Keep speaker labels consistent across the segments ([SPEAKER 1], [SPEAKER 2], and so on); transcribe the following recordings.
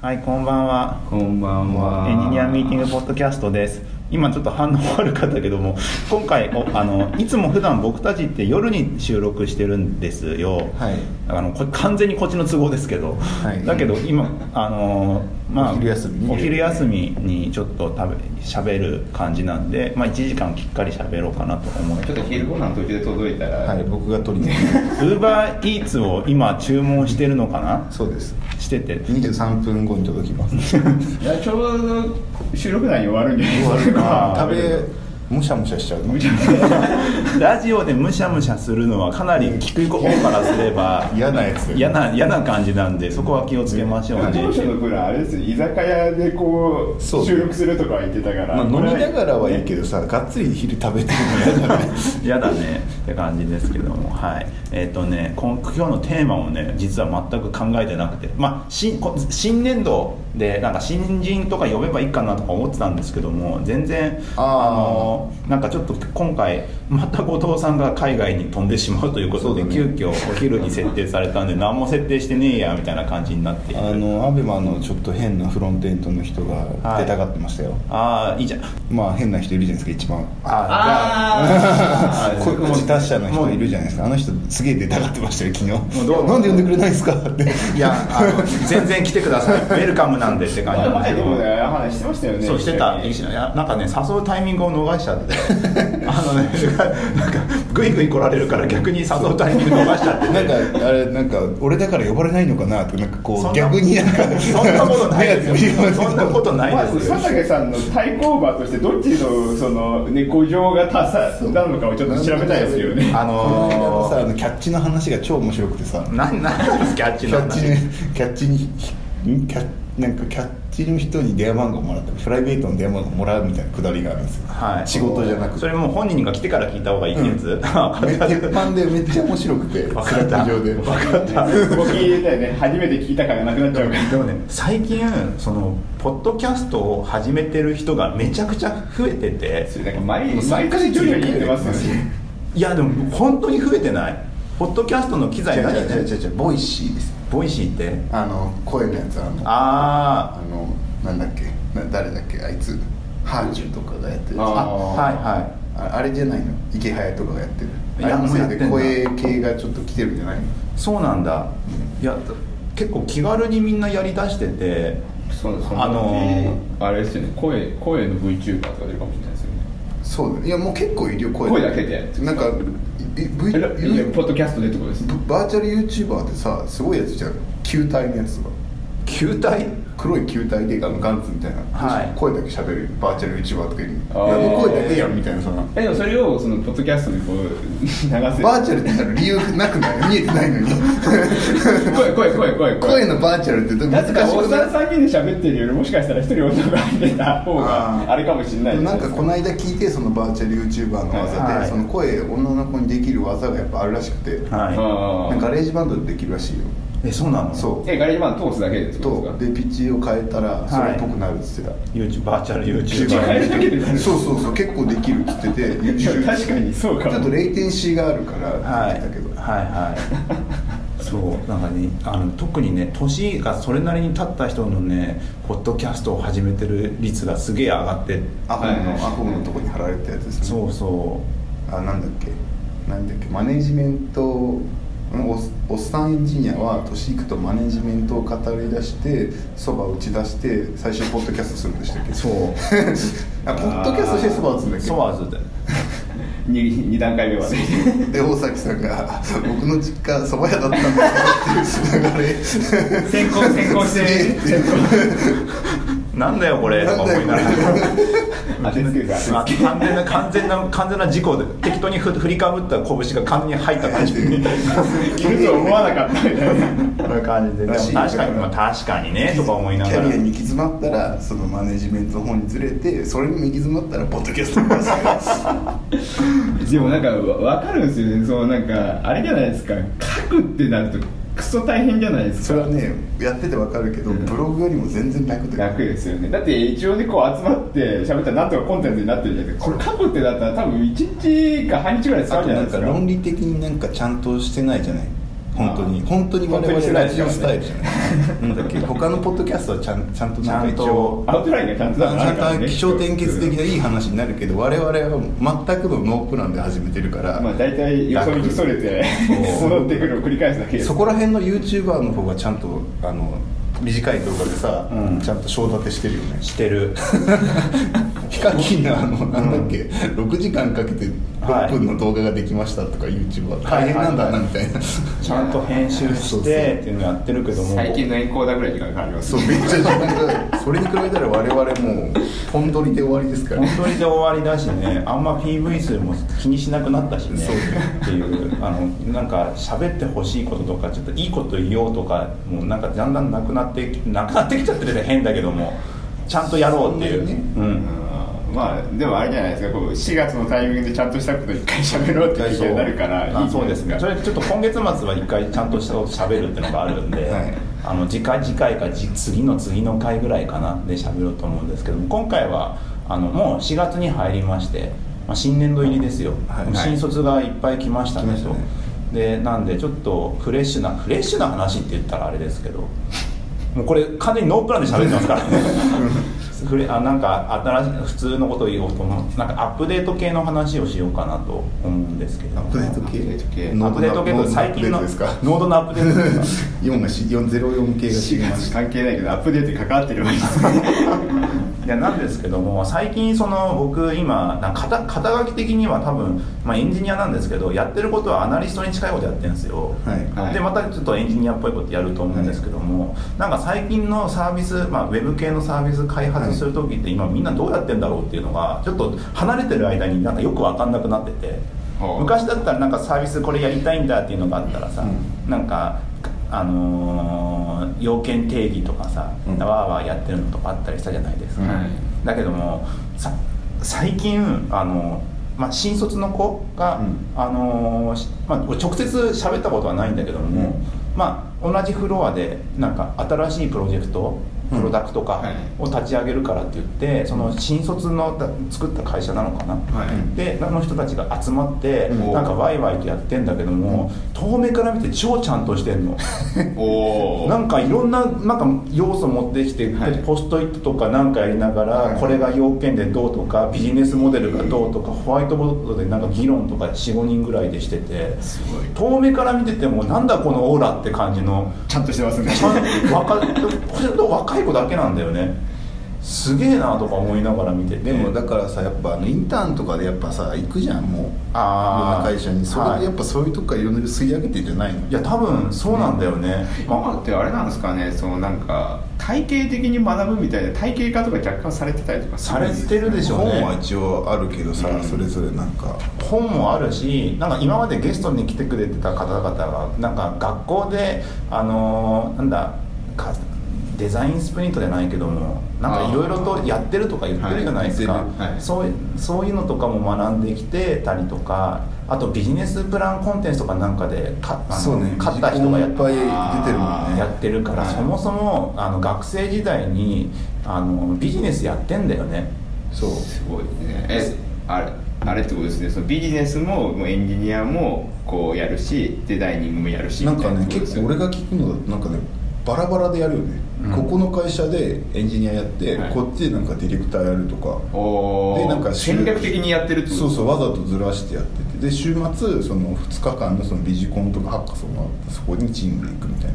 [SPEAKER 1] はい、こんばんは。
[SPEAKER 2] こんばんは。
[SPEAKER 1] エンジニアミーティングポッドキャストです。今ちょっと反応悪かったけども、今回おあのいつも普段僕たちって夜に収録してるんですよ。
[SPEAKER 2] はい。
[SPEAKER 1] あのこれ完全にこっちの都合ですけど、
[SPEAKER 2] はい
[SPEAKER 1] だけど今あのまあ
[SPEAKER 2] お昼休みに
[SPEAKER 1] お昼休みにちょっと食べ喋る感じなんで、まあ1時間きっかり喋ろうかなと思います
[SPEAKER 3] ちょっと昼ご飯途中で届いたら、
[SPEAKER 2] はい、僕が取りに。
[SPEAKER 1] ウーバーイーツを今注文してるのかな
[SPEAKER 2] そうです。
[SPEAKER 1] してて
[SPEAKER 2] 23分後に届き ます。
[SPEAKER 3] いやちょうど収録内に終わるんじゃないですか
[SPEAKER 1] か
[SPEAKER 2] 食べ、むしゃむしゃしちゃうの。
[SPEAKER 1] ラジオでむしゃむしゃするのはかなり聞く方からすれば
[SPEAKER 2] 嫌なやつ。
[SPEAKER 1] 嫌な嫌な感じなんでそこは気をつけましょう
[SPEAKER 3] 当初
[SPEAKER 1] ね
[SPEAKER 3] のプランあれですよ居酒屋でこう
[SPEAKER 2] そう
[SPEAKER 3] 収録するとかは言ってたから、
[SPEAKER 2] まあ、飲みながらはいい
[SPEAKER 3] け
[SPEAKER 2] けどさ、がっつり昼食べてるの嫌だね。
[SPEAKER 1] 嫌だねって感じですけどもはいえっ、とねこん今日のテーマをね実は全く考えてなくてまあ新こ新年度でなんか新人とか呼べばいいかなとか思ってたんですけども全然
[SPEAKER 2] あ
[SPEAKER 1] あ
[SPEAKER 2] ー
[SPEAKER 1] のなんかちょっと今回また後藤さんが海外に飛んでしまうということで、
[SPEAKER 2] そうだ
[SPEAKER 1] 急
[SPEAKER 2] ね
[SPEAKER 1] 遽お昼に設定されたんで何も設定してねえやみたいな感じになっている
[SPEAKER 2] あの、アベマのちょっと変なフロントエンドの人が出たがってましたよ。
[SPEAKER 1] ああいいじゃん
[SPEAKER 2] まあ、変な人いるじゃないですか、一番。
[SPEAKER 1] あ
[SPEAKER 3] あ
[SPEAKER 2] こう口達者の
[SPEAKER 1] もう
[SPEAKER 2] 人いるじゃないですかあの人すげえ出たがってましたよ昨
[SPEAKER 1] もう
[SPEAKER 2] 日
[SPEAKER 1] どう
[SPEAKER 2] なんで呼んでくれないんですかって
[SPEAKER 1] あいやあの全然来てくださいウェルカムなんでって感じ
[SPEAKER 3] あ
[SPEAKER 1] なん
[SPEAKER 3] 前
[SPEAKER 1] で
[SPEAKER 3] ですもね
[SPEAKER 1] け
[SPEAKER 3] 話してましたよね
[SPEAKER 1] どそうしてたい
[SPEAKER 3] 一緒に
[SPEAKER 1] やなんかね誘うタイミングを逃しちゃって あのねなんかグイグイ来られるから逆に誘うタイミング逃しちゃって
[SPEAKER 2] なんかあれなんか俺だから呼ばれないのかなとかなんかこ
[SPEAKER 1] そんな
[SPEAKER 2] う逆になんか
[SPEAKER 1] そんなことないですよそんなこと
[SPEAKER 3] ま
[SPEAKER 1] な
[SPEAKER 3] あ
[SPEAKER 1] いですよ
[SPEAKER 3] 佐竹さんの対抗馬としてどっちのその、ね、五条が達さなのかをちょっと調べたいですよね
[SPEAKER 1] あ
[SPEAKER 2] この間のさあ
[SPEAKER 1] の
[SPEAKER 2] のキャッチの話が超面白くてさ
[SPEAKER 1] ー、なんなんですかキャッチ
[SPEAKER 2] キ
[SPEAKER 1] の
[SPEAKER 2] ャッ
[SPEAKER 1] 話
[SPEAKER 2] チにキャッチにんキャなんかキャッチの人に電話番号もらってプライベートの電話番号もらうみたいなくだりがあるんですよ、
[SPEAKER 1] はい
[SPEAKER 2] 仕事じゃなく
[SPEAKER 1] そ
[SPEAKER 2] て
[SPEAKER 1] れもう本人が来てから聞いた方がいいってやつ、
[SPEAKER 2] め鉄板でめっちゃ面白くてスラ
[SPEAKER 1] わかった
[SPEAKER 2] ック上で
[SPEAKER 1] わかった
[SPEAKER 3] 動きだよね初めて聞いたからなくなっちゃうから
[SPEAKER 1] でもね最近そのポッドキャストを始めてる人がめちゃくちゃ増えてて
[SPEAKER 3] それなんか毎毎回徐々に言ってますよね
[SPEAKER 1] いやでも本当に増えてないポッドキャストの機材
[SPEAKER 2] 違う
[SPEAKER 1] 何
[SPEAKER 2] 違う違う違う違うボイシーです
[SPEAKER 1] ボイシーって
[SPEAKER 2] あの声のやつあのあ
[SPEAKER 1] あ
[SPEAKER 2] のなんだっけな誰だっけあいつハーチューとかがやってるやつ
[SPEAKER 1] ーあ
[SPEAKER 3] あー
[SPEAKER 1] はいはい
[SPEAKER 2] ああれじゃないの池早とかがやってる
[SPEAKER 1] い
[SPEAKER 2] あ
[SPEAKER 1] や
[SPEAKER 2] れのせい
[SPEAKER 1] もうやって
[SPEAKER 2] で
[SPEAKER 1] んだ
[SPEAKER 2] 声系がちょっと来てるんじゃないの
[SPEAKER 1] そうなんだいや結構気軽にみんなやりだしてて
[SPEAKER 3] そうです
[SPEAKER 1] あの
[SPEAKER 3] あれですよね声声の VTuber とか出るかもしれないですよね
[SPEAKER 2] そうだねいやもう結構いるよ声
[SPEAKER 3] 声だけでやってる
[SPEAKER 2] なんかいい v
[SPEAKER 3] えいやポッドキャストでってことです
[SPEAKER 2] バーチャル YouTuber ってさすごいやつじゃん球体のやつとか
[SPEAKER 1] 球体
[SPEAKER 2] 黒い球体であのガンツみたいな、
[SPEAKER 1] はい
[SPEAKER 2] 声だけ喋るバーチャル YouTuber とかいる
[SPEAKER 3] あ
[SPEAKER 2] い
[SPEAKER 3] ー
[SPEAKER 2] やもう声だけやんみたいなその
[SPEAKER 3] えでもそれをそのポッドキャストでこう流せる
[SPEAKER 2] バーチャルって言ったら理由なくない見えてない のに
[SPEAKER 3] 声声声声
[SPEAKER 2] 声のバーチャルって
[SPEAKER 3] な
[SPEAKER 2] 難
[SPEAKER 3] ぜ
[SPEAKER 2] しく
[SPEAKER 3] かおっ
[SPEAKER 2] な
[SPEAKER 3] さ
[SPEAKER 2] い
[SPEAKER 3] ん3人で喋ってるよりもしかしたら一人女が入ってた方
[SPEAKER 2] あー
[SPEAKER 3] があれかもしれないです
[SPEAKER 2] なんかこの間聞いてそのバーチャル YouTuber の技で、
[SPEAKER 1] はい
[SPEAKER 2] その声女の子にできる技がやっぱあるらしくて、
[SPEAKER 1] は
[SPEAKER 3] あ
[SPEAKER 2] ガ
[SPEAKER 3] ー
[SPEAKER 2] レージバンドでできるらしいよ
[SPEAKER 1] いえそうなの
[SPEAKER 2] そ
[SPEAKER 3] えガレージバンド通すだけでって
[SPEAKER 2] う
[SPEAKER 3] こと
[SPEAKER 2] と
[SPEAKER 3] ですか
[SPEAKER 2] でピッチを変えたら
[SPEAKER 1] い
[SPEAKER 2] それっぽくなるっつってた、
[SPEAKER 1] YouTube バーチャル
[SPEAKER 2] ピッ
[SPEAKER 1] YouTuber
[SPEAKER 2] チ変え
[SPEAKER 3] るだけでなる
[SPEAKER 2] そうそうそう結構できるっつってて
[SPEAKER 3] いや確かにそうかも
[SPEAKER 2] ちょっとレイテンシーがあるから
[SPEAKER 1] は
[SPEAKER 2] っ
[SPEAKER 1] い、
[SPEAKER 2] て言ってたけど、
[SPEAKER 1] はいはいそうなんかねあの特にね年がそれなりに経った人のねポッドキャストを始めてる率がすげえ上がって
[SPEAKER 2] アホの、
[SPEAKER 3] はいはいはい
[SPEAKER 2] アホのとこに貼られたやつですね
[SPEAKER 1] そうそ
[SPEAKER 2] あなんだっけなんだっけマネジメントんおおっさんエンジニアは年いくとマネジメントを語り出してそば打ち出して最初ポッドキャストするんでした っけ
[SPEAKER 1] うそう
[SPEAKER 2] あポッドキャストしてそば打つんだっけ
[SPEAKER 1] ソワーズで
[SPEAKER 3] 2, 二段階目はね
[SPEAKER 2] で大崎さんが「僕の実家そば屋だったんだよ」っていう流れ
[SPEAKER 3] 先行先行して先
[SPEAKER 1] なんだよこれとか思いながら
[SPEAKER 3] 行当てつけるから
[SPEAKER 1] あ完全な完全な完全な事故で適当にふ振りかぶった拳が完全に入った感じ
[SPEAKER 3] いると思わなかったみたいな
[SPEAKER 1] こういう感じででも
[SPEAKER 2] らしい
[SPEAKER 1] 確かに、まあ、確かにねとか思いな
[SPEAKER 2] キ
[SPEAKER 1] が
[SPEAKER 2] ャ
[SPEAKER 1] ら
[SPEAKER 2] リアに行き詰まったらそのマネジメントの方にずれてそれにも行き詰まったらポッドキャストに出す
[SPEAKER 3] でもなんかわ分かるんですよねそのなんかあれじゃないですか書くってなるとクソ大変じゃないです
[SPEAKER 2] そ
[SPEAKER 3] か
[SPEAKER 2] れはねやっててわかるけどブログよりも全然楽だよ
[SPEAKER 3] 楽ですよねだって一応ねこう集まって喋ったらなんとかコンテンツになってるじゃないですかこれ書くってなったら多分1日か半日ぐらい使
[SPEAKER 2] あ
[SPEAKER 3] う
[SPEAKER 2] と
[SPEAKER 3] じゃな
[SPEAKER 2] ないん
[SPEAKER 3] で
[SPEAKER 2] か
[SPEAKER 3] すか
[SPEAKER 2] 論理的になんかちゃんとしてないじゃない本当に本当に我
[SPEAKER 1] 本当に
[SPEAKER 2] 々
[SPEAKER 1] 世代
[SPEAKER 2] ラ
[SPEAKER 1] です
[SPEAKER 2] ジ
[SPEAKER 1] からね
[SPEAKER 2] オスタイルじゃないなんだっけ他のポッドキャストはちゃんちゃんとなんか一
[SPEAKER 1] ちゃんと
[SPEAKER 2] 応
[SPEAKER 3] アウトラインがちゃんと
[SPEAKER 2] ち
[SPEAKER 3] だからあ
[SPEAKER 2] ゃ
[SPEAKER 3] るから
[SPEAKER 2] んと
[SPEAKER 3] ね
[SPEAKER 2] 気象転結的ないい話になるけど我々は全くのノープランで始めてるから、
[SPEAKER 3] まあ大体よそ見にそれて
[SPEAKER 2] そう
[SPEAKER 3] 戻ってくるを繰り返すだけです
[SPEAKER 2] そこら辺の YouTuber の方がちゃんとあの短い動画でさ、
[SPEAKER 1] うん
[SPEAKER 2] ちゃんと章立てしてるよね
[SPEAKER 1] してる
[SPEAKER 2] ヒカキンのあのなんだっけ、6時間かけて6分の動画ができましたとか YouTuber
[SPEAKER 1] はい
[SPEAKER 2] 大変なんだなみた いな、
[SPEAKER 1] ちゃんと編集
[SPEAKER 2] そうそう
[SPEAKER 1] してっていうのやってるけども
[SPEAKER 3] 最近のエンコーダーぐらい時間かかります
[SPEAKER 2] そうめっちゃ時間かかるそれに比べたら我々もうポン取りで終わりですから
[SPEAKER 1] 本当にで終わりだしねあんま PV 数も気にしなくなったしね
[SPEAKER 2] そう
[SPEAKER 1] っていうあのなんか喋ってほしいこととかちょっといいこと言おうとかもうなんかだんだんなくなってきなくなってきちゃってるね変だけどもちゃんとやろうっていう
[SPEAKER 2] そんなにね
[SPEAKER 1] うん
[SPEAKER 3] うんまあでもあれじゃないですかこう4月のタイミングでちゃんとしたこと一回喋ろうって気になるからいいじゃな
[SPEAKER 1] あ
[SPEAKER 3] い
[SPEAKER 1] そうですね
[SPEAKER 3] か
[SPEAKER 1] それちょっと今月末は一回ちゃんとしたこと喋るってのがあるんで、
[SPEAKER 2] はい
[SPEAKER 1] あの次回次回か次次の次の回ぐらいかなで喋ろうと思うんですけども今回はあのもう4月に入りまして、まあ、新年度入りですよ、
[SPEAKER 2] はい
[SPEAKER 1] 新卒がいっぱい来ましたね
[SPEAKER 2] 来ました
[SPEAKER 1] と
[SPEAKER 2] ね
[SPEAKER 1] でなんでちょっとフレッシュなフレッシュな話って言ったらあれですけどもうこれ完全にノープランで喋ってます からねフレあなんか新しい普通のことを言おうと思うなんかアップデート系の話をしようかなと思うんですけど
[SPEAKER 2] アップデート系
[SPEAKER 3] アップデート系
[SPEAKER 1] アップデート系と最近の
[SPEAKER 2] ノートアップデートですか
[SPEAKER 1] ノードのアップデートですか
[SPEAKER 2] 4が404系が知
[SPEAKER 3] 4
[SPEAKER 2] りまし
[SPEAKER 3] 月
[SPEAKER 2] た
[SPEAKER 3] 関係ないけどアップデートに関わってればいいで すね
[SPEAKER 1] いやなんですけども最近その僕今なんか肩肩書き的には多分、まあ、エンジニアなんですけどやってることはアナリストに近いことやってるんですよ、
[SPEAKER 2] はい
[SPEAKER 3] はい
[SPEAKER 1] でまたちょっとエンジニアっぽいことやると思うんですけども、なんか最近のサービス、まあ、ウェブ系のサービス開発する時って今みんなどうやってんだろうっていうのがちょっと離れてる間になんかよく分かんなくなってて
[SPEAKER 3] ほう
[SPEAKER 1] 昔だったらなんかサービスこれやりたいんだっていうのがあったらさ、
[SPEAKER 2] う
[SPEAKER 1] なんかあのー要件定義とかさ、
[SPEAKER 2] うん
[SPEAKER 1] わーわーやってるのとかあったりしたじゃないですか、
[SPEAKER 3] はい
[SPEAKER 1] だけどもさ最近あの、まあ、新卒の子が、
[SPEAKER 2] うん
[SPEAKER 1] あのしまあ、俺直接喋ったことはないんだけども、
[SPEAKER 2] うん
[SPEAKER 1] まあ、同じフロアでなんか新しいプロジェクト
[SPEAKER 2] うん
[SPEAKER 1] プロダクトか
[SPEAKER 3] はい
[SPEAKER 1] を立ち上げるからって言って、その新卒のだ作った会社なのかな、
[SPEAKER 3] はい
[SPEAKER 1] であの人たちが集まって、
[SPEAKER 2] うん
[SPEAKER 1] なんかワイワイとやってんだけども、遠目から見て超ちゃんとしてん の。
[SPEAKER 3] おお
[SPEAKER 1] なんかいろんななんか要素持ってきて、
[SPEAKER 3] はい
[SPEAKER 1] ポストイットとかなんかやりながら、
[SPEAKER 2] はい
[SPEAKER 1] これが要件でどうとかビジネスモデルがどうとか、ホワイトボードでなんか議論とか45人ぐらいでしてて
[SPEAKER 3] すごい
[SPEAKER 1] 遠目から見ててもなんだこのオーラって感じの
[SPEAKER 3] ちゃんとしてますね
[SPEAKER 1] ちゃん若いこれと若い子だけなんだよねすげえなとか思いながら見てて
[SPEAKER 2] でもだからさやっぱあのインターンとかでやっぱさ行くじゃんもう
[SPEAKER 1] あー
[SPEAKER 2] いろんな会社にそれ
[SPEAKER 1] は
[SPEAKER 2] で
[SPEAKER 1] い
[SPEAKER 2] やっぱそういうとこからいろんな吸い上げてんじゃないの
[SPEAKER 1] いや多分そうなんだよね、ま
[SPEAKER 3] 今ってあれなんですかねそのなんか体系的に学ぶみたいな体系化とか若干されてたりとかす
[SPEAKER 1] さ
[SPEAKER 3] るん
[SPEAKER 1] れ
[SPEAKER 3] ですか
[SPEAKER 1] てるでしょうね
[SPEAKER 2] 本は一応あるけどさ、
[SPEAKER 3] うん
[SPEAKER 2] それぞれなんか
[SPEAKER 1] 本もあるしなんか今までゲストに来てくれてた方々がなんか学校であのーなんだかデザインスプリントじゃないけどもなんかいろいろとやってるとか言ってるじゃないですか、
[SPEAKER 2] はい言
[SPEAKER 3] ってるはい
[SPEAKER 1] そういそういうのとかも学んできてたりとかあとビジネスプランコンテンツとかなんかでかあの勝った人がやっ
[SPEAKER 2] いっぱい出てるもんね
[SPEAKER 1] やってるから、
[SPEAKER 3] はい
[SPEAKER 1] そもそもあの学生時代にあのビジネスやってんだよね
[SPEAKER 2] そう
[SPEAKER 3] すごいねえあれあれってことですねそのビジネスももうエンジニアもこうやるしデザイニングもやるし
[SPEAKER 2] なんか
[SPEAKER 3] み
[SPEAKER 2] ね
[SPEAKER 3] たい
[SPEAKER 2] 結構俺が聞くのだとなんかねバラバラでやるよね、
[SPEAKER 1] うん
[SPEAKER 2] ここの会社でエンジニアやって、
[SPEAKER 3] はい
[SPEAKER 2] こっちでなんかディレクターやるとか
[SPEAKER 3] お
[SPEAKER 2] で
[SPEAKER 3] で
[SPEAKER 2] な
[SPEAKER 3] なんん
[SPEAKER 2] か
[SPEAKER 3] か戦略的にやってるってこと
[SPEAKER 2] そうそうわざとずらしてやっててで週末その2日間のそのビジコンとかハッカソンがあってそこにチームで行くみたいな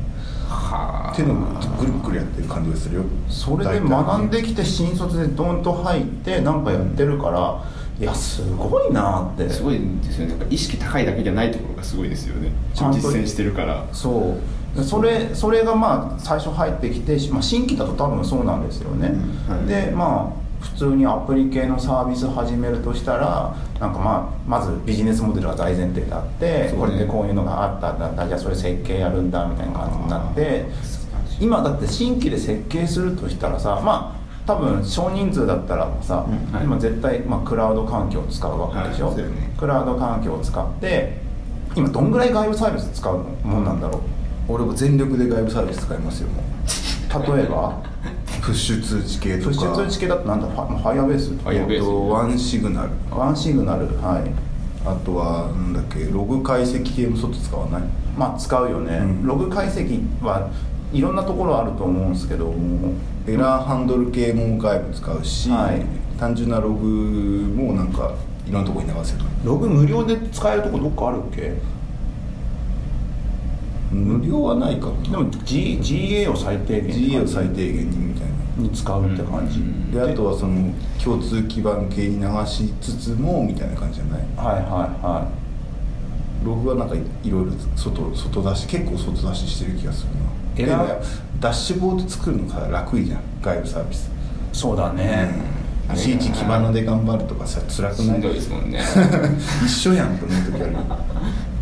[SPEAKER 3] はあ
[SPEAKER 2] 手のぐるぐるやってる感じがするよ
[SPEAKER 1] それで学んできて新卒でドンと入ってなんかやってるからいやすごいなって
[SPEAKER 3] すごいですよねなんか意識高いだけじゃないところがすごいですよね
[SPEAKER 1] ちゃんと
[SPEAKER 3] 実践してるから
[SPEAKER 1] そうそれそれがまあ最初入ってきて、まあ、新規だと多分そうなんですよね、
[SPEAKER 3] うんはい
[SPEAKER 1] でまあ普通にアプリ系のサービス始めるとしたらなんか、まあ、まずビジネスモデルが大前提であって、
[SPEAKER 3] そう
[SPEAKER 1] こ
[SPEAKER 3] ね
[SPEAKER 1] れでこういうのがあったんだじゃあそれ設計やるんだみたいな感じになって今だって新規で設計するとしたらさまあ多分少人数だったらさ、
[SPEAKER 2] うん
[SPEAKER 3] はい
[SPEAKER 1] 今絶対、まあ、クラウド環境を使うわけでしょ、
[SPEAKER 3] はいそうだよね
[SPEAKER 1] クラウド環境を使って今どんぐらい外部サービス使うもんなんだろう
[SPEAKER 2] 俺も全力で外部サービス使いますよもう
[SPEAKER 1] 例えば
[SPEAKER 2] プッシュ通知系
[SPEAKER 1] プ
[SPEAKER 2] とか
[SPEAKER 1] ッシュ通知系だとなんだファファイアベース
[SPEAKER 3] ァイアベース
[SPEAKER 2] えっとワンシグナル
[SPEAKER 1] ワンシグナルはい
[SPEAKER 2] あとはなんだっけログ解析系も外使わない
[SPEAKER 1] まあ使うよね、
[SPEAKER 2] うん
[SPEAKER 1] ログ解析はいろんなところあると思うんですけども
[SPEAKER 2] エラーハンドル系も外部使うし、
[SPEAKER 1] はい
[SPEAKER 2] 単純なログもなんかいろんなとこに流せる
[SPEAKER 1] ログ無料で使えるとこどっかあるっけ
[SPEAKER 2] 無料はないかも
[SPEAKER 1] で
[SPEAKER 2] な
[SPEAKER 1] も、G、GA を最低限
[SPEAKER 2] GA を最低限にみたいな
[SPEAKER 1] に使うって感じ、
[SPEAKER 3] うん
[SPEAKER 2] であとはその共通基盤系に流しつつもみたいな感じじゃない
[SPEAKER 1] はいはいは
[SPEAKER 2] ログはなんかいいろいろ外外出し結構外出ししてる気がするな
[SPEAKER 1] エラー
[SPEAKER 2] でダッシュボード作るのさ楽いじゃん外部サービス
[SPEAKER 1] いそうだね、
[SPEAKER 2] いちいち基盤ので頑張るとかさ辛く
[SPEAKER 3] し
[SPEAKER 2] なんい
[SPEAKER 3] どいですもんね
[SPEAKER 2] 一緒やんと思う時ある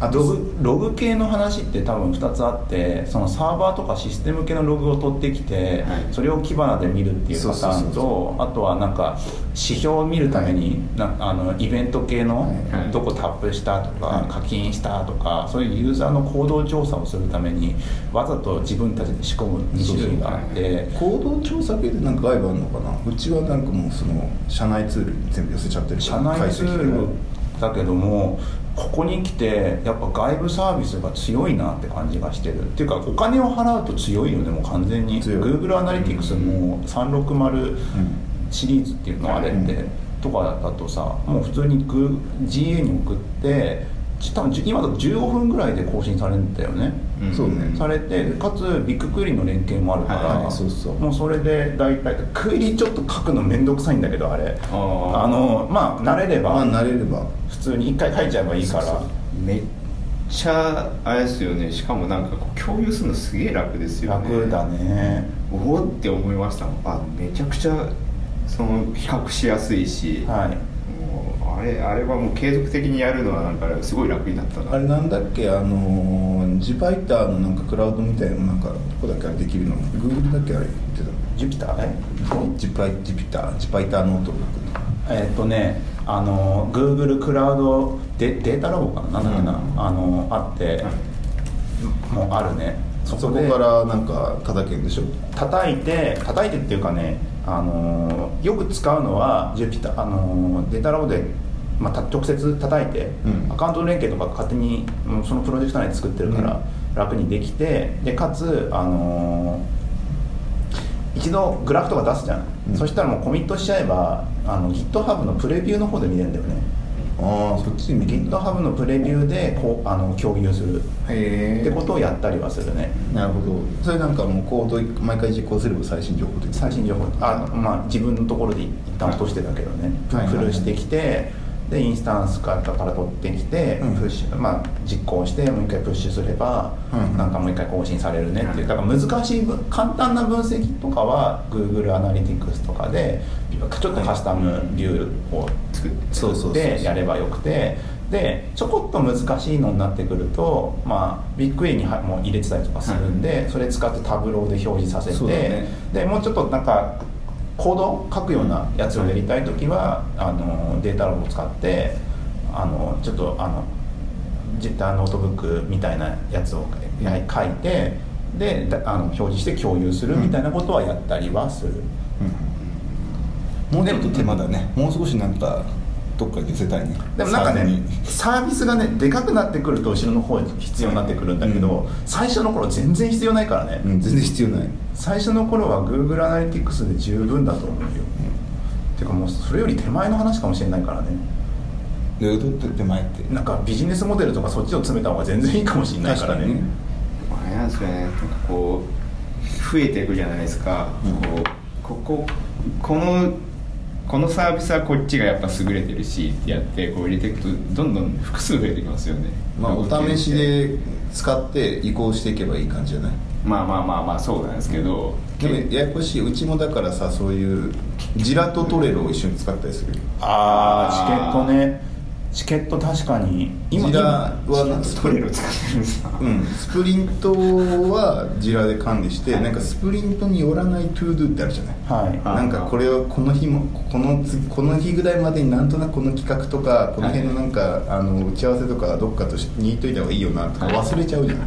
[SPEAKER 2] あ
[SPEAKER 1] ロ
[SPEAKER 2] どう
[SPEAKER 1] グログ系の話って多分2つあってそのサーバーとかシステム系のログを取ってきて、
[SPEAKER 3] はい
[SPEAKER 1] それをキバナで見るっていうパタ
[SPEAKER 2] そう
[SPEAKER 1] ー
[SPEAKER 2] そう
[SPEAKER 1] ン
[SPEAKER 2] そ
[SPEAKER 1] とあとはなんか指標を見るために、なあのイベント系の
[SPEAKER 3] はい
[SPEAKER 1] どこタップしたとか、
[SPEAKER 2] はい
[SPEAKER 1] 課金したとかそういうユーザーの行動調査をするためにわざと自分たちで仕込む2種類があって。
[SPEAKER 2] 行動調査系でなんか外部あるのかなうちはなんかもうその社内ツールに全部寄せちゃってるか
[SPEAKER 1] 社
[SPEAKER 2] ら
[SPEAKER 1] 内
[SPEAKER 2] 解
[SPEAKER 1] ツ
[SPEAKER 2] 析
[SPEAKER 1] ールだけどもここに来てやっぱ外部サービスが強いなって感じがしてるっていうかお金を払うと強いよねもう完全に
[SPEAKER 2] 強い
[SPEAKER 1] Google アナリティクスも360シリーズっていうのあれって、
[SPEAKER 2] うん
[SPEAKER 1] とかだとさもう普通に Gu- GA に送ってち多分じゅ今だと15分ぐらいで更新されるんだよね、
[SPEAKER 3] ん
[SPEAKER 2] そうね
[SPEAKER 1] されてかつビッグクエリの連携もあるから、
[SPEAKER 3] はいはい
[SPEAKER 2] そうそう
[SPEAKER 1] もうそれで大体クエリちょっと書くの面倒くさいんだけどあれ
[SPEAKER 3] あー
[SPEAKER 1] あのまあ慣れれば、
[SPEAKER 2] まあ慣れれば
[SPEAKER 1] 普通に一回書いちゃえばいいから
[SPEAKER 3] めっちゃあれですよねしかもなんかこう共有するのすげえ楽ですよね
[SPEAKER 1] 楽だね
[SPEAKER 3] おおって思いましたあめちゃくちゃその比較しやすいし、
[SPEAKER 1] はい
[SPEAKER 3] もうあれあれはもう継続的にやるのはなんかすごい楽になったな
[SPEAKER 2] あれなんだっけあのージバイターのなんかクラウドみたいななんかどこだっけあれできるの Google だっけあれ言ってたの
[SPEAKER 1] ジュピターね
[SPEAKER 2] ジパイジピタージパイターノートブックの
[SPEAKER 1] えーっとねあの Google クラウドデデータラボかななんだっけな、
[SPEAKER 2] うん
[SPEAKER 1] あのあって、もうあるね
[SPEAKER 2] そ
[SPEAKER 1] そ
[SPEAKER 2] こ
[SPEAKER 1] こで
[SPEAKER 2] からなんか叩けんでしょ
[SPEAKER 1] 叩いて叩いてっていうかねあのーよく使うのはジュピタあのーデータラボで、まあ、た直接叩いて、
[SPEAKER 2] うん
[SPEAKER 1] アカウント連携とか勝手にうんそのプロジェクト内で作ってるから楽にできて、でかつあのー一度グラフとか出すじゃん、
[SPEAKER 2] うん
[SPEAKER 1] そしたらもうコミットしちゃえばあの GitHub のプレビューの方で見れるんだよね
[SPEAKER 2] ああそっちに見るんだ
[SPEAKER 1] GitHub のプレビューでこうあの共有する
[SPEAKER 2] へ
[SPEAKER 1] ってことをやったりはするね
[SPEAKER 2] なるほどそれなんかもうコード毎回実行すれば最新情報で
[SPEAKER 1] 最新情報あ、まあ、自分のところで一旦落としてたけどね、
[SPEAKER 2] はい
[SPEAKER 1] プルしてきてでインスタンスからから取ってきて、
[SPEAKER 2] うん
[SPEAKER 1] プッシュまあ、実行してもう一回プッシュすれば、
[SPEAKER 2] うん
[SPEAKER 1] なんかもう一回更新されるねっていう
[SPEAKER 3] は
[SPEAKER 1] だから難しい分簡単な分析とかは Google アナリティクスとかでちょっとカスタムビューを
[SPEAKER 3] 作って
[SPEAKER 2] そうそうそうそう
[SPEAKER 1] でやればよくてでちょこっと難しいのになってくると、まあ、ビッグ A にはもう入れてたりとかするんで、それ使ってタブローで表示させて、
[SPEAKER 2] そうだね
[SPEAKER 1] でもうちょっとなんかコード書くようなやつをやりたい時は、あのデータログを使ってあのちょっとあのジェッターノートブックみたいなやつをや書いてでだあの表示して共有するみたいなことはやったりはする。
[SPEAKER 2] もうちょっと手間だねもう少しなんかどっかに寄せたいね
[SPEAKER 1] でもなんか
[SPEAKER 2] サ
[SPEAKER 1] ね
[SPEAKER 2] ーブに
[SPEAKER 1] サービスがねでかくなってくると後ろの方に必要になってくるんだけど、
[SPEAKER 2] うん
[SPEAKER 1] 最初の頃全然必要ないからね、
[SPEAKER 2] うん全然必要ない
[SPEAKER 1] 最初の頃は Google アナリティクスで十分だと思うよ、てかもうそれより手前の話かもしれないからね
[SPEAKER 2] どういうこと手前って
[SPEAKER 1] なんかビジネスモデルとかそっちを詰めた方が全然いいかもしれないからね
[SPEAKER 3] あれなんですよねなんかこう増えていくじゃないですか、
[SPEAKER 2] うん
[SPEAKER 3] こうこここのこのサービスはこっちがやっぱ優れてるしってやってこう入れていくとどんどん複数増えてきますよね
[SPEAKER 2] まあ
[SPEAKER 3] ロ
[SPEAKER 2] お
[SPEAKER 3] グ系って
[SPEAKER 2] 試しで使って移行していけばいい感じじゃない
[SPEAKER 3] まあまあまあまあそうなんですけど、
[SPEAKER 2] でもややこしいうちもだからさそういうジラとトレロを一緒に使ったりするよ
[SPEAKER 1] あ
[SPEAKER 3] あー
[SPEAKER 1] あチケットねチケット確かに
[SPEAKER 2] ジラはなんか
[SPEAKER 3] ストレロ使ってるんですか
[SPEAKER 2] うん、スプリントはジラで管理して、なんかスプリントによらないトゥードゥってあるじゃない
[SPEAKER 1] はい
[SPEAKER 3] あ
[SPEAKER 2] なんかこれをこの日もこの次この日ぐらいまでになんとなくこの企画とかこの辺のなんか、あの打ち合わせとかどっかとしにいといた方がいいよなとか
[SPEAKER 3] はい
[SPEAKER 2] 忘れちゃうじゃん、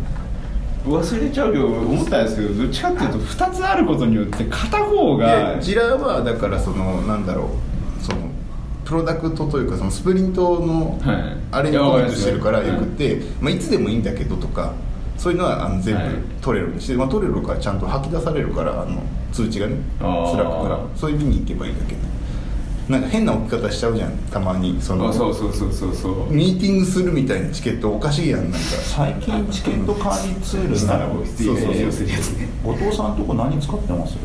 [SPEAKER 3] 忘れちゃうよ思ったんですけどどっちかっていうと2つあることによって片方が
[SPEAKER 2] でジラはだからそのなんだろうそのプロダクトというかそのスプリントの
[SPEAKER 3] はい
[SPEAKER 2] あれにコミットしてるから
[SPEAKER 3] いや
[SPEAKER 2] よ
[SPEAKER 3] わか
[SPEAKER 2] く
[SPEAKER 3] ります
[SPEAKER 2] て、いまあ、いつでもいいんだけどとかそういうのはあの全
[SPEAKER 3] はい
[SPEAKER 2] 部トレロにして、まあ、トレロからちゃんと吐き出されるからあの通知がねス
[SPEAKER 3] あ
[SPEAKER 2] ラ
[SPEAKER 3] ー
[SPEAKER 2] ックからそういう日に行けばいいだけなんか変な置き方しちゃうじゃんたまにその
[SPEAKER 3] あそうそうそうそうそう
[SPEAKER 2] ミーティングするみたいなチケットおかしいやんなんか
[SPEAKER 1] 最近チケット管理ツール
[SPEAKER 3] スター
[SPEAKER 1] の
[SPEAKER 3] を
[SPEAKER 2] うそうそう
[SPEAKER 3] 必要するやつね
[SPEAKER 1] 後藤さんとこ何使ってます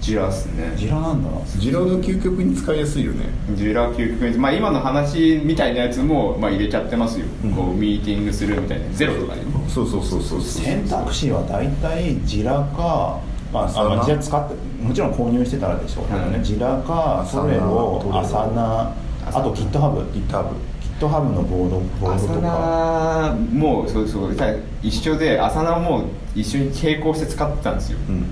[SPEAKER 3] ジラっすね
[SPEAKER 1] ジラなんだな
[SPEAKER 2] ジラが究極に使いやすいよね
[SPEAKER 3] ジラ究極にまあ今の話みたいなやつも、まあ、入れちゃってますよ、
[SPEAKER 2] うん
[SPEAKER 3] こうミーティングするみたいなゼロとかね
[SPEAKER 2] そうそうそうそうそう
[SPEAKER 1] 選択肢は大体ジラかまあ、
[SPEAKER 2] アサ
[SPEAKER 1] あ
[SPEAKER 2] ナ
[SPEAKER 1] のジラ使ってもちろん購入してたらでしょうけどね、
[SPEAKER 3] はい
[SPEAKER 1] ジラか
[SPEAKER 2] アサナ
[SPEAKER 1] トレ
[SPEAKER 2] トレ
[SPEAKER 1] ロ
[SPEAKER 2] ロ
[SPEAKER 1] アサナあと GitHub
[SPEAKER 2] GitHub
[SPEAKER 1] GitHub のボードボ
[SPEAKER 3] ア
[SPEAKER 1] ード
[SPEAKER 3] サ
[SPEAKER 1] とか
[SPEAKER 3] ナもうそうそうただ一緒でアサナも一緒に並行して使ってたんですよ、
[SPEAKER 2] うん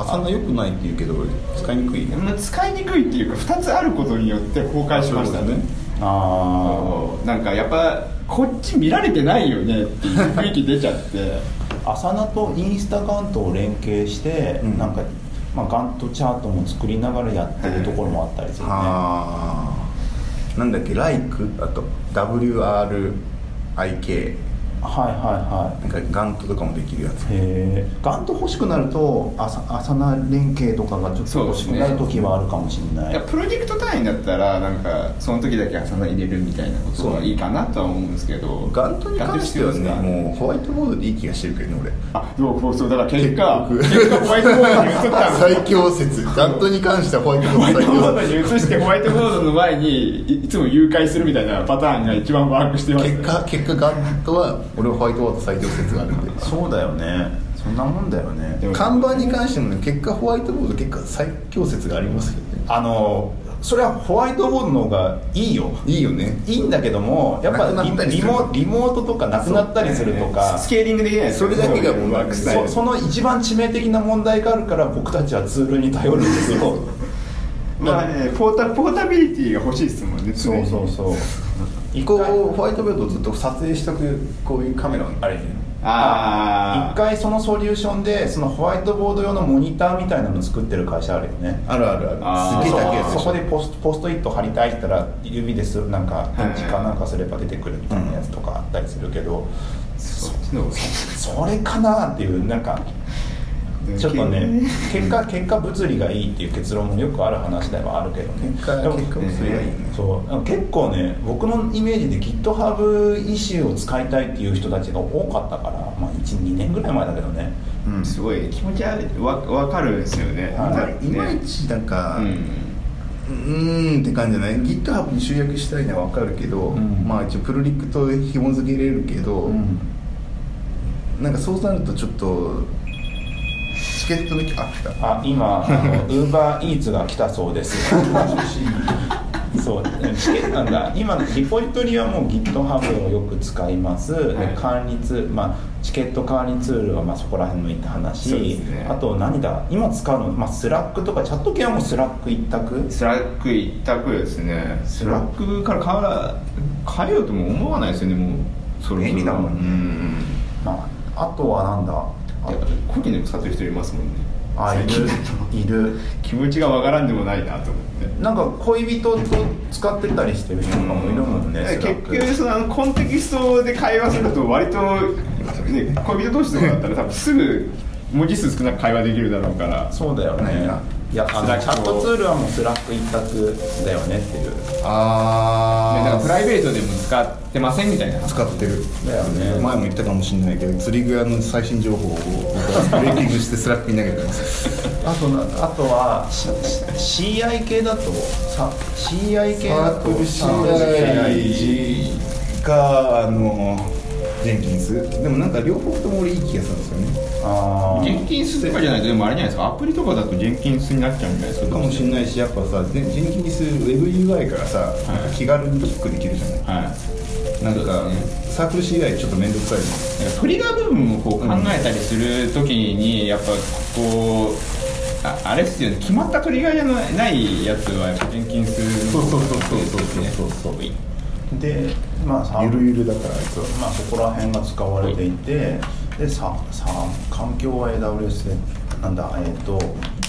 [SPEAKER 2] 朝の良くないって言うけど俺使いにくいね
[SPEAKER 3] まあ使いにくいっていうか2つあることによって崩壊しましたね
[SPEAKER 1] あ
[SPEAKER 3] あーなんかやっぱこっち見られてないよねっていう雰囲気出ちゃって
[SPEAKER 1] あアサナとインスタガントを連携して、
[SPEAKER 2] うん
[SPEAKER 1] なんか、まあ、ガントチャートも作りながらやってるところもあったりするね、
[SPEAKER 2] ああなんだっけ「LIKE」あと「WRIK」
[SPEAKER 1] はいはいはい
[SPEAKER 2] なんかガントとかもできるやつ
[SPEAKER 1] へえガント欲しくなると朝朝な連携とかがちょっと
[SPEAKER 3] そうで
[SPEAKER 1] 欲
[SPEAKER 3] す
[SPEAKER 1] しく
[SPEAKER 3] ね
[SPEAKER 1] なる時はあるかもしれない
[SPEAKER 3] いやプロジェクト単位だったらなんかその時だけアサナ入れるみたいなことはいいかなとは思うんですけど
[SPEAKER 2] ガントに関してはね
[SPEAKER 3] ガント必要ですか
[SPEAKER 2] もうホワイトボードでいい気がしてるけどね俺
[SPEAKER 3] あでもそうだから結果
[SPEAKER 2] 結
[SPEAKER 3] 結果ホワイトボードに移ったんですよ
[SPEAKER 2] 最強説ガントに関してはホワイト
[SPEAKER 3] ホ
[SPEAKER 2] ボ
[SPEAKER 3] ワ
[SPEAKER 2] ー
[SPEAKER 3] イト
[SPEAKER 2] ド最
[SPEAKER 3] ボード
[SPEAKER 2] 強
[SPEAKER 3] に移してホワイトボードの前にいいつも誘拐するみたいなパターンが一番ワークしてます
[SPEAKER 2] 説結果結果ガントは俺はホワイトボード最強説があるんで
[SPEAKER 1] そうだよねそんなもんだよね
[SPEAKER 3] でも
[SPEAKER 2] 看板に関してもね結果ホワイトボード結果最強説がありますけどね
[SPEAKER 1] あのそれはホワイトボードの方がいいよ
[SPEAKER 2] いいよね
[SPEAKER 1] いいんだけどもやっぱ
[SPEAKER 2] なくなったり
[SPEAKER 1] リ
[SPEAKER 2] す
[SPEAKER 1] リ
[SPEAKER 2] る
[SPEAKER 1] モリモートとかなくなったりするとか
[SPEAKER 3] スケーリングできないですよ
[SPEAKER 2] それだけがもう
[SPEAKER 3] ワークスタイ
[SPEAKER 1] そ
[SPEAKER 3] ル
[SPEAKER 1] その一番致命的な問題があるから僕たちはツールに頼るんですよ
[SPEAKER 3] まあねポータポータビリティが欲しいですもんね常に
[SPEAKER 1] そう
[SPEAKER 2] 以降ホワイトボードをずっと撮影しとくこういうカメラをあれ
[SPEAKER 3] あ
[SPEAKER 1] 一
[SPEAKER 3] あ
[SPEAKER 1] 回そのソリューションでそのホワイトボード用のモニターみたいなの作ってる会社あるよね
[SPEAKER 2] あるある
[SPEAKER 3] あー
[SPEAKER 2] あるすげえ高いやつ
[SPEAKER 1] そ
[SPEAKER 2] で
[SPEAKER 1] う
[SPEAKER 2] し
[SPEAKER 1] そ
[SPEAKER 2] ょ
[SPEAKER 1] こでポスポストイット貼りたいって言ったら指ですなんか
[SPEAKER 3] いはい
[SPEAKER 1] 時間なんかすれば出てくるみたいなやつとかあったりするけど、
[SPEAKER 3] そっちの方が
[SPEAKER 1] それかなっていうなんかちょっとね結果結果物理がいいっていう結論もよくある話ではあるけどね
[SPEAKER 2] 結果
[SPEAKER 1] でも
[SPEAKER 2] 結果もそれがいいよね
[SPEAKER 1] そうなんか結構ね僕のイメージで GitHub イシューを使いたいっていう人たちが多かったから、まあ、12年ぐらい前だけどね
[SPEAKER 2] うん
[SPEAKER 3] すごい気持ち悪いわわかるんですよね
[SPEAKER 1] あ
[SPEAKER 3] なん
[SPEAKER 1] ま
[SPEAKER 3] かね
[SPEAKER 2] いまいちなんか、
[SPEAKER 3] う
[SPEAKER 2] うんーんって感じじゃない GitHub に集約したいのは分かるけど、
[SPEAKER 1] うん
[SPEAKER 2] まあ一応プルリクと紐付けれるけど、
[SPEAKER 1] うん
[SPEAKER 2] なんかそうなるとちょっとチケットのきあ来た
[SPEAKER 1] あ今ウーバーイーツが来たそうですそうチケなんだ今リポジトリはもう GitHub をよく使います、で
[SPEAKER 3] はい
[SPEAKER 1] 管理ツール、まあ、チケット管理ツールはまあそこら辺のいった話、
[SPEAKER 3] そうですね
[SPEAKER 1] あと何だ今使うの、まあ、スラックとかチャット系はもうスラック一択
[SPEAKER 3] スラック一択ですねスラックから変わら変えようとも思わないですよねもうそろそろ
[SPEAKER 1] 便利だもんね
[SPEAKER 3] うん
[SPEAKER 1] まあ、あとはなんだ
[SPEAKER 3] やっぱコキでも使ってる人いますもんね
[SPEAKER 1] ああいるいる
[SPEAKER 3] 気持ちがわからんでもないなと思って
[SPEAKER 1] なんか恋人と使ってたりしてる人とかもいるもんね、スラ
[SPEAKER 3] 結
[SPEAKER 1] ック
[SPEAKER 3] 局そのあのコンテキストで会話すると割と、ね、恋人同士とかだったら多分すぐ文字数少なく会話できるだろうから
[SPEAKER 1] そうだよ
[SPEAKER 2] 何
[SPEAKER 1] ね
[SPEAKER 2] が
[SPEAKER 1] いやあ
[SPEAKER 3] ス
[SPEAKER 1] の
[SPEAKER 3] ラッ
[SPEAKER 1] チ
[SPEAKER 3] クを
[SPEAKER 1] ャットツールはもうスラック一択だよねっていう
[SPEAKER 2] あ
[SPEAKER 3] ねだからプライ
[SPEAKER 2] ベ
[SPEAKER 3] ベートでも使ってませんみたいな
[SPEAKER 2] ート使ってる
[SPEAKER 1] だよね
[SPEAKER 2] 前も言ったかもしれないけど釣り具屋の最新情報を僕はブレーキングしてスラックに投げてます
[SPEAKER 1] あとなあとはしし CI 系だとさ CI 系だと
[SPEAKER 2] サークル CI かあのジェンキンスでもなんか両方とも俺いい気がするんですよね
[SPEAKER 1] あー
[SPEAKER 3] 現金スとかじゃないとでもあれじゃないですかアプリとかだと現金スになっちゃうんじゃないですか
[SPEAKER 2] かもしれないしやっぱさジェジェンキンス WebUI からさ、
[SPEAKER 3] い
[SPEAKER 2] 気軽にキックできるじゃない
[SPEAKER 3] はい
[SPEAKER 2] なんか
[SPEAKER 3] そうですね
[SPEAKER 2] サークル CI ちょっと面倒くさいの
[SPEAKER 3] なんかトリガー部分をこう考えたりするときにやっぱこうああれっすよね決まったトリガーじゃないやつはやっぱ現金ス
[SPEAKER 2] そうそうそうそうそうそうそう
[SPEAKER 1] でまあさ
[SPEAKER 2] ゆるゆるだからあいつは
[SPEAKER 1] まあ、そこら辺が使われていてでささ環境は AWS でなんだえっ、と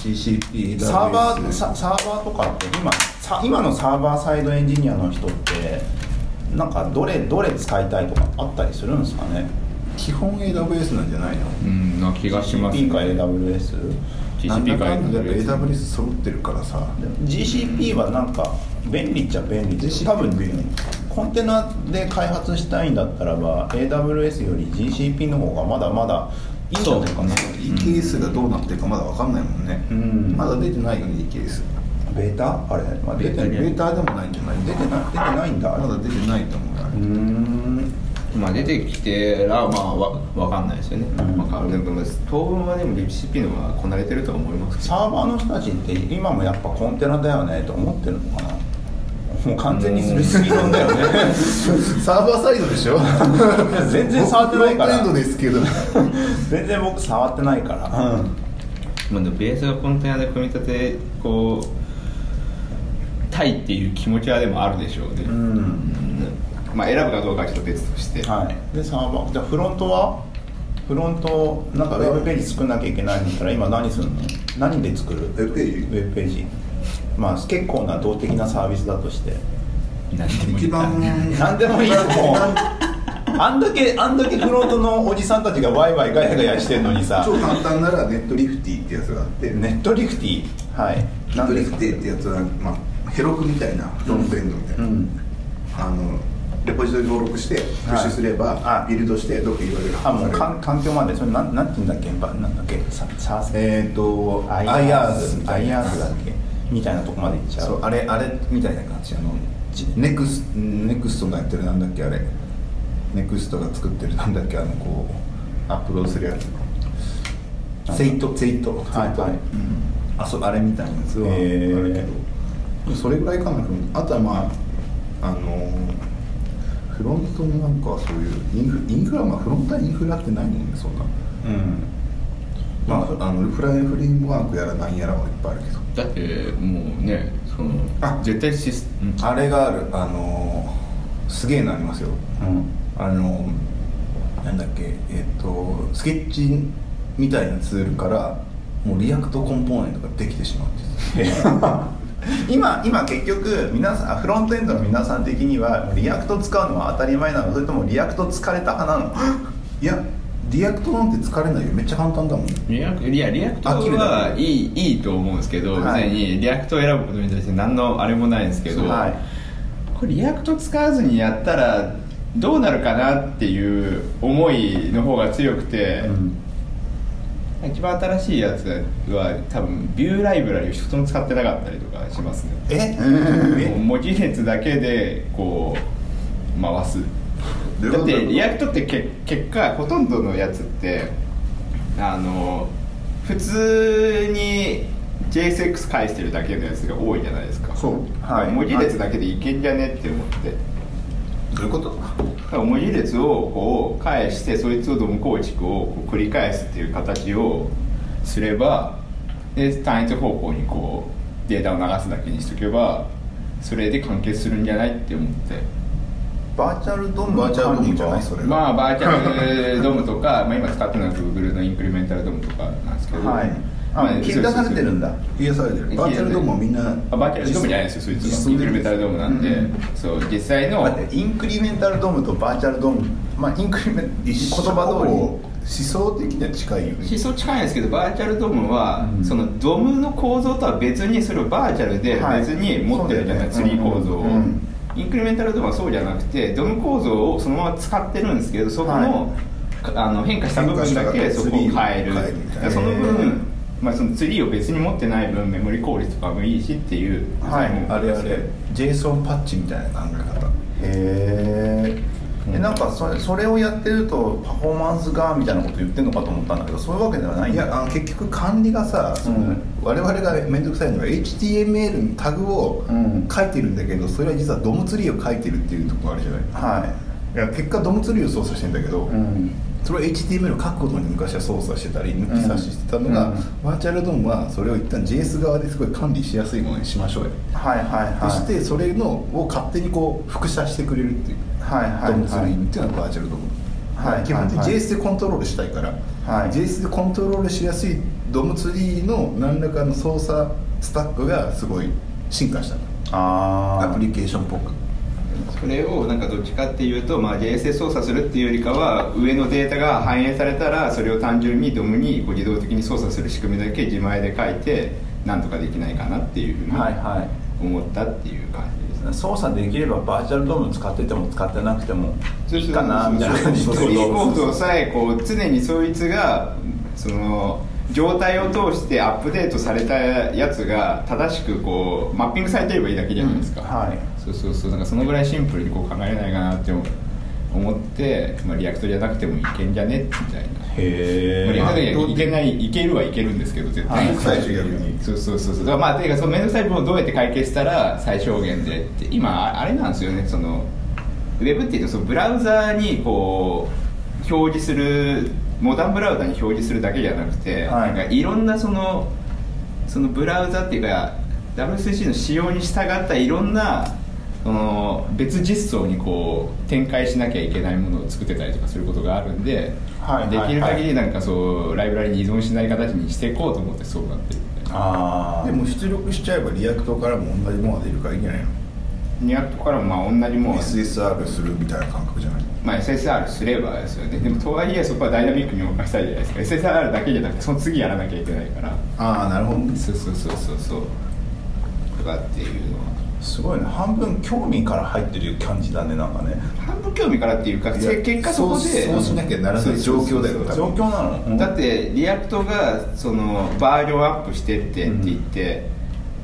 [SPEAKER 2] GCP
[SPEAKER 1] サーバーさサーバーとかって今さ今のサーバーサイドエンジニアの人ってなんかどれどれ使いたいとかあったりするんですかね
[SPEAKER 2] 基本 AWS なんじゃないの
[SPEAKER 3] うんな気がします
[SPEAKER 1] GCP か AWS
[SPEAKER 2] なんだ
[SPEAKER 3] GCP
[SPEAKER 2] か
[SPEAKER 3] か
[SPEAKER 2] んだで AWS 揃ってるからさ
[SPEAKER 1] GCP はなんか便利っちゃ便利で
[SPEAKER 2] GCP
[SPEAKER 1] 多分コンテナで開発したいんだったらば AWS より GCP の方がまだまだいいんじゃないかな、
[SPEAKER 2] EKS がどうなってるかまだわかんないもんね、
[SPEAKER 1] うん
[SPEAKER 2] まだ出てないよね EKS
[SPEAKER 1] ベータあれ、まあ、出
[SPEAKER 2] ベ
[SPEAKER 1] てな
[SPEAKER 2] ータ
[SPEAKER 1] い
[SPEAKER 2] ベータでもないんじゃない
[SPEAKER 1] 出てない出てないんだあれ
[SPEAKER 2] まだ出てないと思うよあれ
[SPEAKER 1] うーん
[SPEAKER 3] まあ出てきてらまあわわかんないですよね、
[SPEAKER 1] ん
[SPEAKER 3] まあ、でも当分はでも GCP の方がこなれてるとは思いますけど
[SPEAKER 1] サーバーの人たちって今もやっぱコンテナだよねと思ってるのかなもう完全にそれスピードだよね
[SPEAKER 2] サーバーサイドでしょ
[SPEAKER 1] 全然触ってないから
[SPEAKER 2] 僕フロントエンドです けど
[SPEAKER 1] 全然僕触ってないから、
[SPEAKER 3] まあ、でもベースがコンテナで組み立てこうたいっていう気持ちはでもあるでしょうね、
[SPEAKER 1] うん
[SPEAKER 3] まあ選ぶかどうかはちょっと別として、
[SPEAKER 1] はい、でサーバーじゃあフロントはフロントなんかウェブページ作んなきゃいけないんだったら今何するの何で作るウ
[SPEAKER 2] ェブページ
[SPEAKER 1] ウェブページまあ結構な動的なサービスだと して
[SPEAKER 3] 何でもいい
[SPEAKER 2] 一番
[SPEAKER 1] 何でもいいよもうあんだけあんだけフロントのおじさんたちがワイワイガヤガヤしてんのにさ
[SPEAKER 2] 超簡単ならネットリフティってやつがあって
[SPEAKER 1] ネットリフティはい
[SPEAKER 2] ネットリフ
[SPEAKER 1] か
[SPEAKER 2] ティってやつは、まあ、ヘロクみたいなフロントエンドみたいな、
[SPEAKER 1] うん
[SPEAKER 2] あのレポジトリ登録してプッシュすれば、
[SPEAKER 1] はい
[SPEAKER 2] ビルドしてどっか URL
[SPEAKER 1] あもう
[SPEAKER 2] れ
[SPEAKER 1] かん環境までそれなんなんて言うんだっけばなんだっけササーセ
[SPEAKER 2] えっ、ー、と IRs みたいな
[SPEAKER 1] IRs だっけみたいなとこまで行っちゃ
[SPEAKER 2] そううあれあれみたいな感じあのネクスネクストがやってるなんだっけあれネクストが作ってるなんだっけあのこうアップロードするやつセイトセイト
[SPEAKER 1] はい
[SPEAKER 2] セイト
[SPEAKER 1] はい
[SPEAKER 2] うんあそうあれみたいなやつはあ
[SPEAKER 1] へー
[SPEAKER 2] るけど、それぐらいかなフロントあとはまああのーフロントもなんかそういうインフインフラまあフロントはインフラってないもんねそんな
[SPEAKER 1] うん
[SPEAKER 2] まああのフライフレームワークやらなんやらはいっぱいあるけど
[SPEAKER 3] だってもうねその
[SPEAKER 2] あ
[SPEAKER 3] 絶対シスうん
[SPEAKER 2] あれがあるあのーすげえのありますよ
[SPEAKER 1] うん
[SPEAKER 2] あのなんだっけえっ、とスケッチみたいなツールからもうリアクトコンポーネントができてしまうっていう
[SPEAKER 1] 今今結局皆さんフロントエンドの皆さん的にはリアクト使うのは当たり前なのそれともリアクト疲れた派なの
[SPEAKER 2] いやリアクトなんて疲れないよめっちゃ簡単だもん
[SPEAKER 3] リアクいやリアクト
[SPEAKER 2] あ切るだ
[SPEAKER 3] は
[SPEAKER 2] け
[SPEAKER 3] いいいいと思うんですけど、
[SPEAKER 1] はい
[SPEAKER 3] 別にリアクトを選ぶことに対して何のあれもないんですけど、
[SPEAKER 1] はい
[SPEAKER 3] これリアクト使わずにやったらどうなるかなっていう思いの方が強くて、一番新しいやつは多分ビューライブラリを一つも使ってなかったりとかしますね
[SPEAKER 1] え
[SPEAKER 3] もう文字列だけでこう回す
[SPEAKER 2] どういう
[SPEAKER 3] だ
[SPEAKER 2] こ
[SPEAKER 3] っ
[SPEAKER 2] と
[SPEAKER 3] てリアクトってけ結果ほとんどのやつってあの普通に JSX 返してるだけのやつが多いじゃないですか
[SPEAKER 2] そう
[SPEAKER 1] はい
[SPEAKER 3] 文字列だけでいけんじゃねって思って
[SPEAKER 2] どういうこと
[SPEAKER 3] だから文字列をこう返してそいつをドム構築をこう繰り返すっていう形をすればで単一方向にこうデータを流すだけにしとけばそれで完結するんじゃないって思って。
[SPEAKER 1] バーチャルドーム
[SPEAKER 2] バーチャルドームじゃない
[SPEAKER 1] 管理
[SPEAKER 2] それ
[SPEAKER 3] まあバーチャルドームとか まあ今使ってるのは Google のインクリメンタルドームとかなんですけど、
[SPEAKER 1] はいあ
[SPEAKER 3] まあ
[SPEAKER 1] 切り出されてるんだ
[SPEAKER 2] 冷やされてるバーチャルドームはみんな
[SPEAKER 3] あバーチャルドームじゃないですよそいつはインクリメンタルドームなんで、そう実際の
[SPEAKER 1] 待ってインクリメンタルドームとバーチャルドームまあインクリメン言
[SPEAKER 2] 一言
[SPEAKER 1] 葉
[SPEAKER 2] 葉通
[SPEAKER 1] 通
[SPEAKER 2] り
[SPEAKER 1] り
[SPEAKER 2] 思想的には近いよね
[SPEAKER 3] 思想近いんですけどバーチャルドームは、
[SPEAKER 1] うん
[SPEAKER 3] そのドームの構造とは別にそれをバーチャルで
[SPEAKER 1] はい
[SPEAKER 3] 別に持ってるじゃない、
[SPEAKER 1] そう
[SPEAKER 3] ツ
[SPEAKER 1] だ
[SPEAKER 3] リ
[SPEAKER 1] よね
[SPEAKER 3] ー構造を、
[SPEAKER 1] うんうん
[SPEAKER 3] インクリメンタルドームはそうじゃなくてドーム構造をそのまま使ってるんですけどそこの,
[SPEAKER 1] は
[SPEAKER 3] か、あの変化した部分だけ
[SPEAKER 2] 変化した
[SPEAKER 3] そこを変え
[SPEAKER 2] ツリーを変える
[SPEAKER 3] る
[SPEAKER 2] みたいな
[SPEAKER 3] だからその
[SPEAKER 1] へー
[SPEAKER 3] 分、まあ、そのツリーを別に持ってない分メモリ効率とかもいいしっていう
[SPEAKER 1] はい
[SPEAKER 3] もう
[SPEAKER 2] あれあれ JSON パッチみたいな考え方
[SPEAKER 1] へえなんかそれそれをやってるとパフォーマンスがみたいなこと言ってんのかと思ったんだけどそういうわけではないん
[SPEAKER 2] い
[SPEAKER 1] だ
[SPEAKER 2] やあの結局管理がさその、
[SPEAKER 1] うん
[SPEAKER 2] 我々が面倒くさいのは HTML にタグを
[SPEAKER 1] うん
[SPEAKER 2] 書いてるんだけど、それは実はドムツリーを書いてるっていうところあるじゃない
[SPEAKER 1] はい
[SPEAKER 2] や結果ドムツリーを操作してんだけど、
[SPEAKER 1] いうん
[SPEAKER 2] それを HTML を書くことに昔は操作してたり抜き差ししてたのが、
[SPEAKER 1] うん
[SPEAKER 2] バーチャルドームはそれを一旦 JS 側ですごい管理しやすいものにしましょうよ、
[SPEAKER 1] はいはいはい
[SPEAKER 2] そしてそれのを勝手にこう複写してくれるっていう、
[SPEAKER 1] はいはいはい
[SPEAKER 2] ドムツリーっていうのはバーチャルドーム、
[SPEAKER 1] はい
[SPEAKER 2] 基本的に
[SPEAKER 1] はいはい
[SPEAKER 2] JS でコントロールしたいから、
[SPEAKER 1] はい
[SPEAKER 2] JS でコントロールしやすいドムツリーの何らかの操作スタックがすごい進化したの
[SPEAKER 1] ああ
[SPEAKER 2] アプリケーションっぽく
[SPEAKER 3] それをなんかどっちかっていうと、まあ、JSS 操作するっていうよりかは上のデータが反映されたらそれを単純にドムにこう自動的に操作する仕組みだけ自前で書いてなんとかできないかなっていうふうに
[SPEAKER 1] はいはい
[SPEAKER 3] 思ったっていう感じですね、
[SPEAKER 1] 操作できればバーチャルドーム使ってても使ってなくてもいいかなみたいな感じ
[SPEAKER 3] そうそうそうそうリポートさえこう常にそいつがその状態を通してアップデートされたやつが正しくこうマッピングされてればいいだけじゃないですか、
[SPEAKER 1] はい
[SPEAKER 3] そうそうそうなんかそのぐらいシンプルにこう考えれないかなって思って、まあ、リアクトじゃなくてもいけんじゃねみたいな、まあ、リア
[SPEAKER 1] へ
[SPEAKER 3] クトでいけないいけるはいけるんですけど絶対
[SPEAKER 2] はい最終的に
[SPEAKER 3] そうそうそうそうだからまあていうかその面倒くさい部分をどうやって解決したら最小限でって今ああれなんですよねそのウェブっていうとそのブラウザーにこう表示するモダンブラウザに表示するだけじゃなくて、
[SPEAKER 1] はい
[SPEAKER 3] なんかいろんなそのそのブラウザっていうか W3C の仕様に従ったいろんなその別実装にこう展開しなきゃいけないものを作ってたりとかすることがあるんで、
[SPEAKER 1] はいはい
[SPEAKER 3] できる限りなんかそうライブラリに依存しない形にしていこうと思ってそうなってるみたいな
[SPEAKER 1] ああ
[SPEAKER 2] でも出力しちゃえばリアクトからも同じものが出るからいいんじゃないの
[SPEAKER 3] ニャットからもまあ同じもん
[SPEAKER 2] SSR するみたいな感覚じゃないの
[SPEAKER 3] まあ、SSR すればですよねでもとはいえそこはダイナミックに動かしたいじゃないですか SSR だけじゃなくてその次やらなきゃいけないから
[SPEAKER 2] ああなるほどね
[SPEAKER 3] そうそうそうそうそうとかっていうのは
[SPEAKER 1] すごいね半分興味から入ってる感じだねなんかね
[SPEAKER 3] 半分興味からっていうか
[SPEAKER 2] いや
[SPEAKER 3] せ結果そこで
[SPEAKER 2] そうそうしなきゃならない状況だよ
[SPEAKER 1] 状況なの、
[SPEAKER 3] だってリアクトがそのバージョンアップしてってって言って、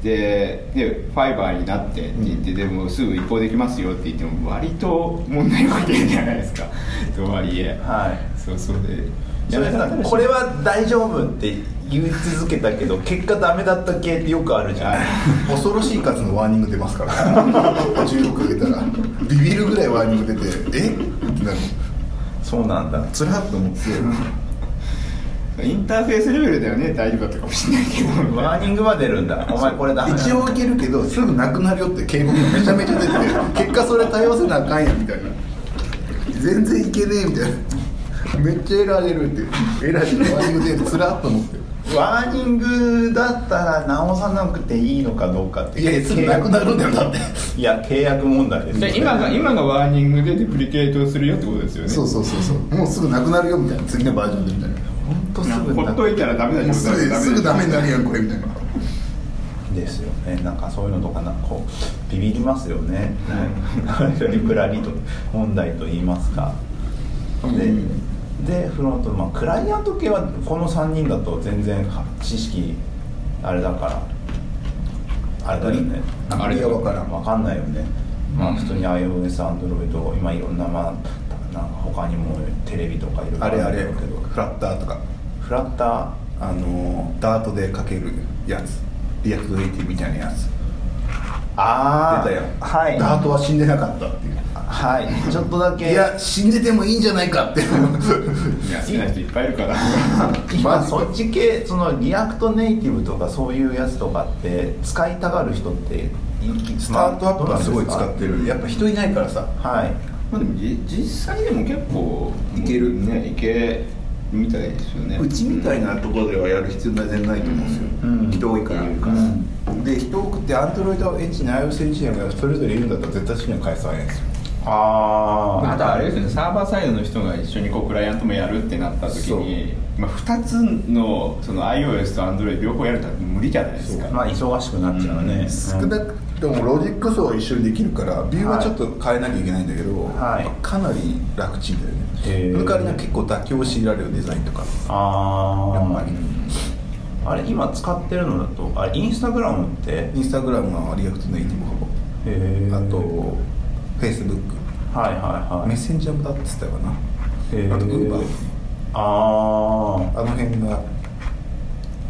[SPEAKER 3] ででファイバーになってって言って、でもすぐ移行できますよって言っても割と問題が起きるじゃないです かとはいえ
[SPEAKER 1] はい
[SPEAKER 3] そうそうで
[SPEAKER 1] それさこれは大丈夫って言い続けたけど結果ダメだった系ってよくあるじゃん
[SPEAKER 2] 恐ろしい数のワーニング出ますから16出たらビビるぐらいワーニング出てえってなる
[SPEAKER 1] そうなんだ
[SPEAKER 2] つらっと思って
[SPEAKER 3] インターフェースレベルではね大丈夫だったかもしれないけど
[SPEAKER 1] ワーニングは出るんだお前これだ
[SPEAKER 2] 一応いけるけどすぐなくなるよって警告がめちゃめちゃ出てて結果それ対応せなあかんやみたいな全然いけねえみたいなめっちゃエラー出るってエラーでワーニング出るつらっと思って
[SPEAKER 1] ワーニングだったら直さなくていいのかどうかって
[SPEAKER 2] いやいやすぐなくなるんだよだって
[SPEAKER 1] いや契約問題です
[SPEAKER 3] で今が今がワーニングでデプリケートをするよってことですよね
[SPEAKER 2] そうそうそうそうもうすぐなくなるよみたいな次のバージョンでみたいな
[SPEAKER 1] ほんとすぐ
[SPEAKER 3] ほ
[SPEAKER 1] な
[SPEAKER 3] っといたらダメだ
[SPEAKER 2] もうすぐすぐダメになるやんこれみたいな
[SPEAKER 1] ですよねなんかそういうのとかなこうビビりますよねリプラリと問題と言いますかででフロントまあクライアント系はこの3人だと全然は知識あれだからあれだよね
[SPEAKER 3] あれ
[SPEAKER 2] が分からん
[SPEAKER 1] 分かんないよねまあ
[SPEAKER 3] うん
[SPEAKER 1] 普通に iOS、Android 今いろんなまあなんか他にもテレビとかいろいろ
[SPEAKER 2] あれあ
[SPEAKER 1] る
[SPEAKER 2] れ
[SPEAKER 1] だろうけど
[SPEAKER 2] フラッターとか
[SPEAKER 1] フラッター
[SPEAKER 2] あのーダートでかけるやつリアクトエイティみたいなやつ
[SPEAKER 1] ああ
[SPEAKER 2] 出たよ
[SPEAKER 1] はい
[SPEAKER 2] ダートは死んでなかったっていう
[SPEAKER 1] はいちょっとだけ
[SPEAKER 2] いや死んでてもいいんじゃないかって
[SPEAKER 3] いや好きな人いっぱいいるから
[SPEAKER 1] 今
[SPEAKER 2] マジか
[SPEAKER 1] そっち系そのリアクトネイティブとかそういうやつとかって使いたがる人ってい
[SPEAKER 2] スタートアップはすごい使ってるやっぱ人いないからさ
[SPEAKER 1] はい
[SPEAKER 3] まあでもじ実際でも結構いけるねいけるみたいですよね
[SPEAKER 2] うちみたいなところではやる必要全然ないと思うんですよ、
[SPEAKER 1] うん
[SPEAKER 2] 人多いから、
[SPEAKER 1] うん
[SPEAKER 2] で人多くてアンドロイドエンジニア iOS エンジニアがそれぞれいるんだったら絶対死には返さないんですよ
[SPEAKER 1] あ
[SPEAKER 3] あとあれですよねサーバーサイドの人が一緒にこうクライアントもやるってなった時に、まあ、2つのその iOS と Android 両方やると無理じゃないですか
[SPEAKER 1] まあ忙しくなっちゃうね、
[SPEAKER 3] うん
[SPEAKER 2] 少なくともロジック層は一緒にできるからビューはちょっと変えなきゃいけないんだけど、
[SPEAKER 1] はい
[SPEAKER 2] やっぱかなり楽ちんだよ
[SPEAKER 1] へー
[SPEAKER 2] ねその代わりなんか結構妥協を強いられるデザインとか
[SPEAKER 1] あ
[SPEAKER 2] やっぱり
[SPEAKER 1] あれ今使ってるのだとあインスタグラムってへ
[SPEAKER 2] インスタグラムはリアクトネイティブほぼ
[SPEAKER 1] え
[SPEAKER 2] あとフェイスブック
[SPEAKER 1] はいはいは
[SPEAKER 2] メッ
[SPEAKER 1] い
[SPEAKER 2] センジャーもだって言ってたか
[SPEAKER 1] へー
[SPEAKER 2] なあとウーバー
[SPEAKER 1] ああ
[SPEAKER 2] あの辺が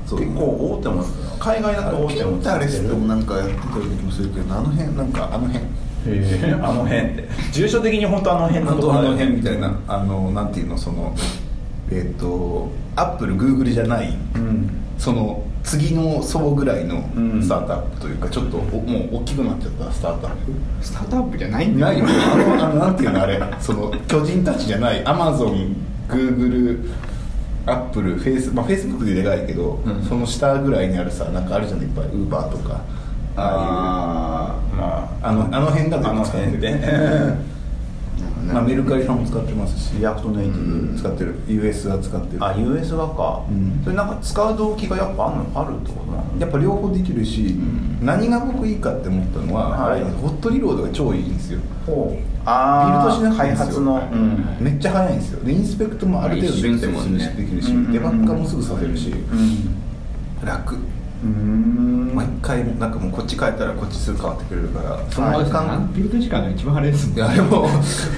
[SPEAKER 2] そう
[SPEAKER 1] 結構大手も海外だと大
[SPEAKER 2] ピ
[SPEAKER 1] 手も
[SPEAKER 2] ンタレストもなんかやってたりもするけどあの辺なんかあの辺
[SPEAKER 1] へえあの辺って住所的に本当あの辺の
[SPEAKER 2] 本
[SPEAKER 1] とこ
[SPEAKER 2] 当
[SPEAKER 1] ろ
[SPEAKER 2] あ
[SPEAKER 1] だよ
[SPEAKER 2] の
[SPEAKER 1] ね
[SPEAKER 2] 辺みたいなあのなんていうのそのえっ、とアップルグーグルじゃない
[SPEAKER 1] うん
[SPEAKER 2] その次の層ぐらいの
[SPEAKER 1] うん
[SPEAKER 2] スタートアップというか、ちょっとおもう大きくなっちゃったスタートアップ
[SPEAKER 3] スタートアップじゃないんだ
[SPEAKER 2] ないよねあのあのなんていうのあれその巨人たちじゃないアマゾングーグルアップルフェイスまあフェイスブックででかいけど、
[SPEAKER 3] ん
[SPEAKER 2] その下ぐらいにあるさなんかあるじゃないいっぱいウーバーとかあ
[SPEAKER 3] あ
[SPEAKER 2] あいう
[SPEAKER 1] まあ
[SPEAKER 2] あのあの辺だと
[SPEAKER 1] あの
[SPEAKER 2] 今使って
[SPEAKER 1] 辺
[SPEAKER 2] る
[SPEAKER 1] で
[SPEAKER 2] まあ、メル カリさんも使ってますし
[SPEAKER 1] リアクトネイティブ
[SPEAKER 2] 使ってる US は使ってる
[SPEAKER 1] あ US がか、
[SPEAKER 2] うん
[SPEAKER 1] それなんか使う動機がやっぱあるのあるってことなの
[SPEAKER 2] やっぱ両方できるし、
[SPEAKER 3] ん
[SPEAKER 2] 何が僕いいかって思ったのは、
[SPEAKER 1] はい
[SPEAKER 2] ホットリロードが超いいんですよ
[SPEAKER 1] ほう
[SPEAKER 2] ビル
[SPEAKER 1] あ
[SPEAKER 2] ド
[SPEAKER 1] あ
[SPEAKER 2] しなくていい
[SPEAKER 1] 開
[SPEAKER 2] んですよ
[SPEAKER 1] 発の、うん
[SPEAKER 2] めっちゃ早いんですよでインスペクトもある程度できたり
[SPEAKER 3] まあ一瞬
[SPEAKER 2] す
[SPEAKER 3] ですもん
[SPEAKER 2] るし
[SPEAKER 3] ね
[SPEAKER 2] できるし、
[SPEAKER 1] うんうんうん
[SPEAKER 2] デバッカーもすぐさせるし、
[SPEAKER 1] う
[SPEAKER 2] 楽
[SPEAKER 1] ん
[SPEAKER 2] 毎回なんかもうこっち変えたらこっちすぐ変わってくれるからその
[SPEAKER 1] はい
[SPEAKER 2] 間
[SPEAKER 3] 何ビルド時間が一番あれですもん
[SPEAKER 2] いやあれも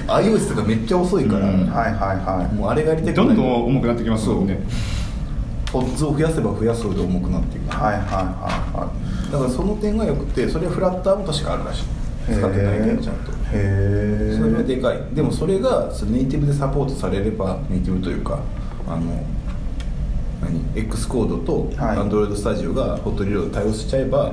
[SPEAKER 2] iOS とかめっちゃ遅いから、
[SPEAKER 3] うん
[SPEAKER 1] はいはいはい
[SPEAKER 2] もうあれがやりたくな
[SPEAKER 3] ど
[SPEAKER 2] い
[SPEAKER 3] んどん重くなってきますもんね
[SPEAKER 2] ポッズを増やせば増やすほど重くなっていく、
[SPEAKER 1] はいはいはいはい
[SPEAKER 2] だからその点がよくてそれはフラッターも確かあるらしい使ってないけどちゃんと
[SPEAKER 1] へえ
[SPEAKER 2] それはでかいでもそれがそのネイティブでサポートされればネイティブというかあの何 X コードと
[SPEAKER 1] はい
[SPEAKER 2] Android スタジオがホットリロード対応しちゃえば、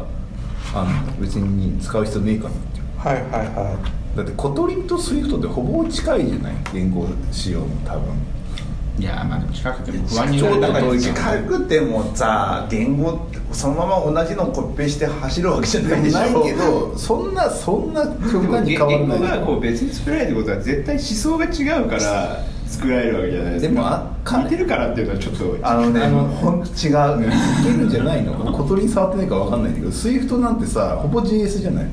[SPEAKER 2] あの別に使う必要ねえかなっていう
[SPEAKER 1] はいはいは
[SPEAKER 2] だってコトリンと SWIFT ってほぼ近いじゃない言語使用も多分
[SPEAKER 3] いやまあでも近くても
[SPEAKER 1] い
[SPEAKER 3] 不安になる
[SPEAKER 2] ちょっと遠いけど
[SPEAKER 1] 近くてもさ言語そのまま同じのをコピペして走るわけじゃないでしょ
[SPEAKER 2] ないけどそんなそんな
[SPEAKER 3] で
[SPEAKER 2] 極
[SPEAKER 3] も
[SPEAKER 2] 端に
[SPEAKER 3] 言
[SPEAKER 2] 変わら
[SPEAKER 3] 語
[SPEAKER 2] な
[SPEAKER 3] が
[SPEAKER 2] い
[SPEAKER 3] こう別に作られるってことは絶対思想が違うから作られるわけじゃないですか
[SPEAKER 2] でもあか
[SPEAKER 3] 似てるからっていうのはちょっと
[SPEAKER 1] あのね
[SPEAKER 2] あ
[SPEAKER 1] あ
[SPEAKER 2] の
[SPEAKER 1] のほんと違う
[SPEAKER 2] いけるんじゃないの小鳥に触ってないかわかんないんだけど SWIFT なんてさほぼ JS じゃない、
[SPEAKER 1] はい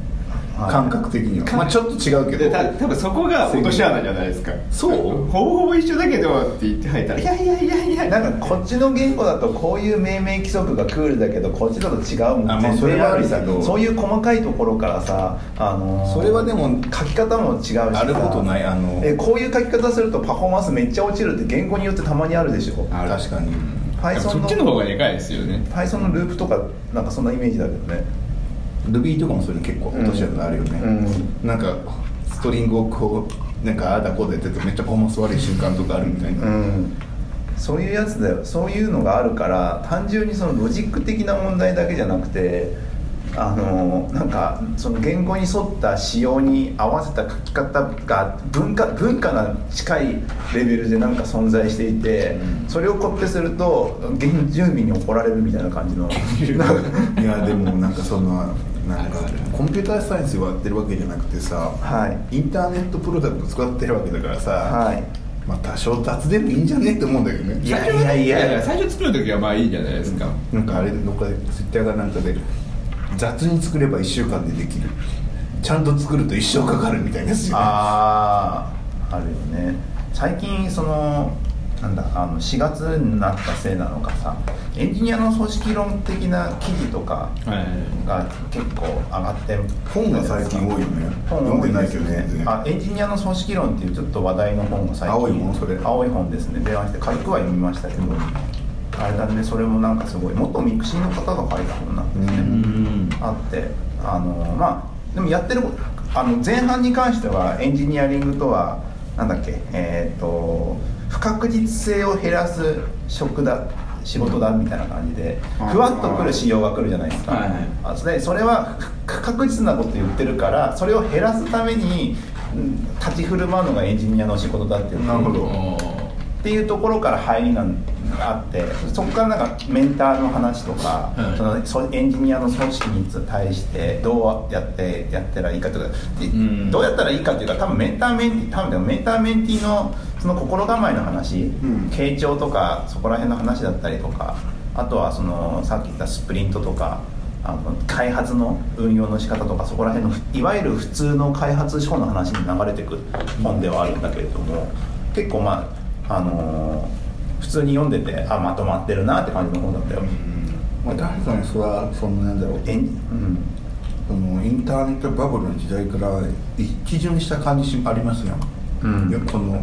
[SPEAKER 2] 感覚的には
[SPEAKER 3] か
[SPEAKER 2] まあちょっと違うけ
[SPEAKER 3] で
[SPEAKER 2] ど
[SPEAKER 3] た多分そこが落とし穴じゃないですか
[SPEAKER 2] そう
[SPEAKER 3] ほぼほぼ一緒だけどって言って入ったらいやいやいやいや
[SPEAKER 1] なんかこっちの言語だとこういう命名規則がクールだけどこっちだと違うも
[SPEAKER 2] あ
[SPEAKER 1] ん
[SPEAKER 2] まあ
[SPEAKER 1] 全
[SPEAKER 2] それ
[SPEAKER 1] 然
[SPEAKER 2] は
[SPEAKER 1] あ
[SPEAKER 2] あ
[SPEAKER 1] る
[SPEAKER 2] る
[SPEAKER 1] し
[SPEAKER 2] けど
[SPEAKER 1] そういう細かいところからさ、あのー
[SPEAKER 2] それはでも
[SPEAKER 1] 書き方も違うしさ
[SPEAKER 2] あることないあの
[SPEAKER 1] えこういう書き方するとパフォーマンスめっちゃ落ちるって言語によってたまにあるでしょ
[SPEAKER 3] ある
[SPEAKER 2] 確かに
[SPEAKER 1] Python
[SPEAKER 3] そっちの
[SPEAKER 1] の
[SPEAKER 3] 方がでかいですよね
[SPEAKER 1] Python のループとかなんかそんなイメージだけどね
[SPEAKER 2] Ruby とかもそういうの結構落とし穴あるよね、
[SPEAKER 1] う
[SPEAKER 2] なんかストリングをこうなんかああだこうだやってるとめっちゃパフォーマンス悪い瞬間とかあるみたいな、
[SPEAKER 1] うんそういうやつだよそういうのがあるから単純にそのロジック的な問題だけじゃなくてあのなんかその言語に沿った仕様に合わせた書き方が文化文化が近いレベルでなんか存在していてそれをコピペすると原住民に怒られるみたいな感じのなんか
[SPEAKER 2] いやでもなんかそのなんか
[SPEAKER 3] あるある
[SPEAKER 2] コンピューターサイエンスをやってるわけじゃなくてさ、
[SPEAKER 1] は
[SPEAKER 2] インターネットプロダクト使ってるわけだからさ、
[SPEAKER 1] はい
[SPEAKER 2] まあ多少雑でもいいんじゃねって思うんだけどね
[SPEAKER 1] いやいやいや
[SPEAKER 3] 最初作る時はまあいいじゃないですか、
[SPEAKER 2] なんかあれどっかでツイッターがなんかで雑に作れば1週間でできるちゃんと作ると一生かかるみたいなやつじゃない
[SPEAKER 1] あああるよね最近そのなんだあの4月になったせいなのかさエンジニアの組織論的な記事とか
[SPEAKER 3] はい
[SPEAKER 1] が結構上がって
[SPEAKER 2] 本が最近多いよね
[SPEAKER 1] 本
[SPEAKER 2] 読ん
[SPEAKER 1] 多
[SPEAKER 2] で
[SPEAKER 1] い
[SPEAKER 2] な
[SPEAKER 1] で
[SPEAKER 2] いけ
[SPEAKER 1] す
[SPEAKER 2] ど
[SPEAKER 1] ね
[SPEAKER 2] 全然
[SPEAKER 1] あエンジニアの組織論っていうちょっと話題の本が最近
[SPEAKER 2] 青い本それ
[SPEAKER 1] 青い本ですね電話して軽くは読みましたけど、あれだねそれもなんかすごい元ミクシーの方が書いた本なんですね、
[SPEAKER 3] うん
[SPEAKER 1] あってあのまあでもやってることあの前半に関してはエンジニアリングとはなんだっけえっ、と不確実性を減らす職だ仕事だみたいな感じで
[SPEAKER 3] あー
[SPEAKER 1] ふわっとくる仕様が来るじゃないですか、
[SPEAKER 3] はいはい
[SPEAKER 1] あそれそれは不不確実なこと言ってるからそれを減らすためにうん立ち振る舞うのがエンジニアの仕事だっていう
[SPEAKER 2] なるほど
[SPEAKER 1] っていうところから入りがあってそこからなんかメンターの話とか、
[SPEAKER 3] はい
[SPEAKER 1] そのそエンジニアの組織に対してどうやってやったらいいかとか、で
[SPEAKER 3] ん
[SPEAKER 1] どうやったらいいかっていうか多分メンターメンティ多分でもメンターメンティのその心構えの話、
[SPEAKER 2] ん
[SPEAKER 1] 傾聴とかそこら辺の話だったりとかあとはそのさっき言ったスプリントとか。あの開発の運用の仕方とかそこら辺のいわゆる普通の開発書の話に流れてく本ではあるんだけれども結構まああのー普通に読んでてあまとまってるなって感じの本だったよ、
[SPEAKER 2] まあ、確かにそれはそのなんだろう
[SPEAKER 1] えんうん
[SPEAKER 2] そのインターネットバブルの時代から一巡した感じしありますよ、
[SPEAKER 1] うん
[SPEAKER 2] よこの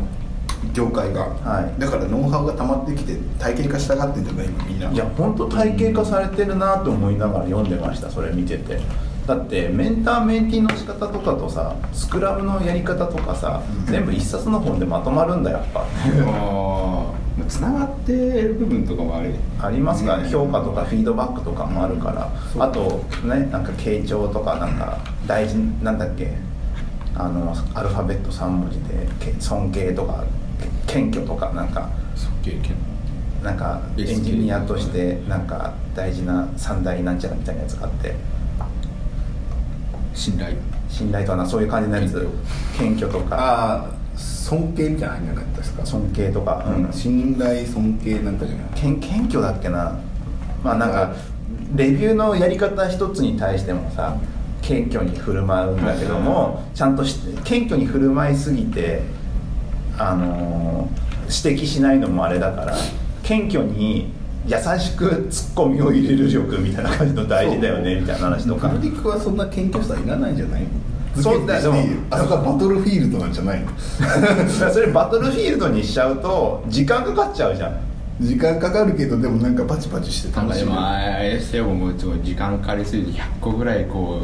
[SPEAKER 2] 業界が、
[SPEAKER 1] はい
[SPEAKER 2] だからノウハウが溜まってきて体系化したがってんじゃない今みんない
[SPEAKER 1] や本当体系化されてるなと思いながら読んでましたそれ見ててだってメンターメンティーの仕方とかとさスクラムのやり方とかさ、全部一冊の本でまとまるんだやっぱ
[SPEAKER 3] ああつながってる部分とかもある
[SPEAKER 1] ありますから、
[SPEAKER 3] うん
[SPEAKER 1] 評価とかフィードバックとかもあるから、あとねなんか傾聴とかなんか大事なんだっけあのアルファベット3文字でけ尊敬とか謙虚とかなんか
[SPEAKER 3] 尊敬権
[SPEAKER 1] なんかエ
[SPEAKER 3] リスキー
[SPEAKER 1] ンジニアとしてなんか大事な三大なんちゃらみたいなやつがあって
[SPEAKER 3] 信頼
[SPEAKER 1] 信頼とはなそういう感じのやつ謙虚とか
[SPEAKER 2] ああ尊敬みたいなの入んなかったですか
[SPEAKER 1] 尊敬とか、うん、
[SPEAKER 2] 信頼尊敬なんかじゃない
[SPEAKER 1] 謙謙虚だっけなまあなんかレビューのやり方一つに対してもさ謙虚に振る舞うんだけどもちゃんとし謙虚に振る舞いすぎてあのー指摘しないのもあれだから謙虚に優しくツッコミを入れる力みたいな感じの大事だよねみたいな話とか
[SPEAKER 2] フルディックはそんな謙虚さいらないんじゃない
[SPEAKER 1] そうだよ
[SPEAKER 2] でもあそこはバトルフィールドなんじゃないの
[SPEAKER 1] それバトルフィールドにしちゃうと時間かかっちゃうじゃん
[SPEAKER 2] 時間かかるけどでもなんかパチパチして
[SPEAKER 3] なん
[SPEAKER 2] 楽
[SPEAKER 3] か
[SPEAKER 2] しい
[SPEAKER 3] 今 ASL もうちょっと時間かかりすぎて100個ぐらいこ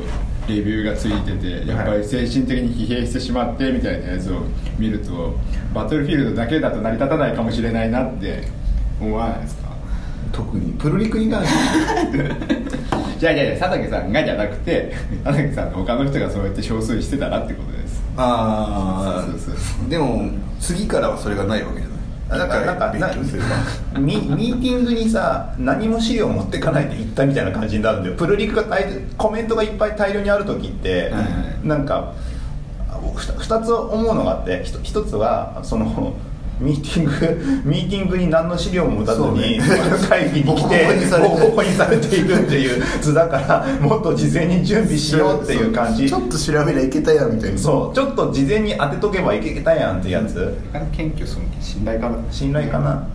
[SPEAKER 3] うレビューがついててやっぱり精神的に疲弊してしまってみたいなやつを見るとバトルフィールドだけだと成り立たないかもしれないなって思わないですか
[SPEAKER 2] 特にプルリクに 関して
[SPEAKER 3] じゃあじゃあ佐竹さんがじゃなく て佐竹さんの他の人がそうやって少数してたらってことです
[SPEAKER 2] あ
[SPEAKER 3] そうそう
[SPEAKER 2] あでも次からはそれがないわけじゃ
[SPEAKER 1] あ
[SPEAKER 2] な
[SPEAKER 1] だ
[SPEAKER 2] い
[SPEAKER 1] からなんか
[SPEAKER 2] 一回勉強すれば
[SPEAKER 1] ミミーティングにさ何も資料持ってかないで行ったみたいな感じになるんだよプルリクが大コメントがいっぱい大量にある時って、
[SPEAKER 3] はいは
[SPEAKER 1] なんか2つ思うのがあって1つはそのミーティングミーティングに何の資料も持たずに、会議に来て
[SPEAKER 2] ボコボコにされて
[SPEAKER 1] ボコボコにされているっていう図だからもっと事前に準備しようっていう感じ
[SPEAKER 2] ちょっと調べりゃいけたやんみたいな
[SPEAKER 1] そうちょっと事前に当てとけばいけたやんってやつ、
[SPEAKER 3] 謙虚尊敬信頼かな
[SPEAKER 1] 信頼かな、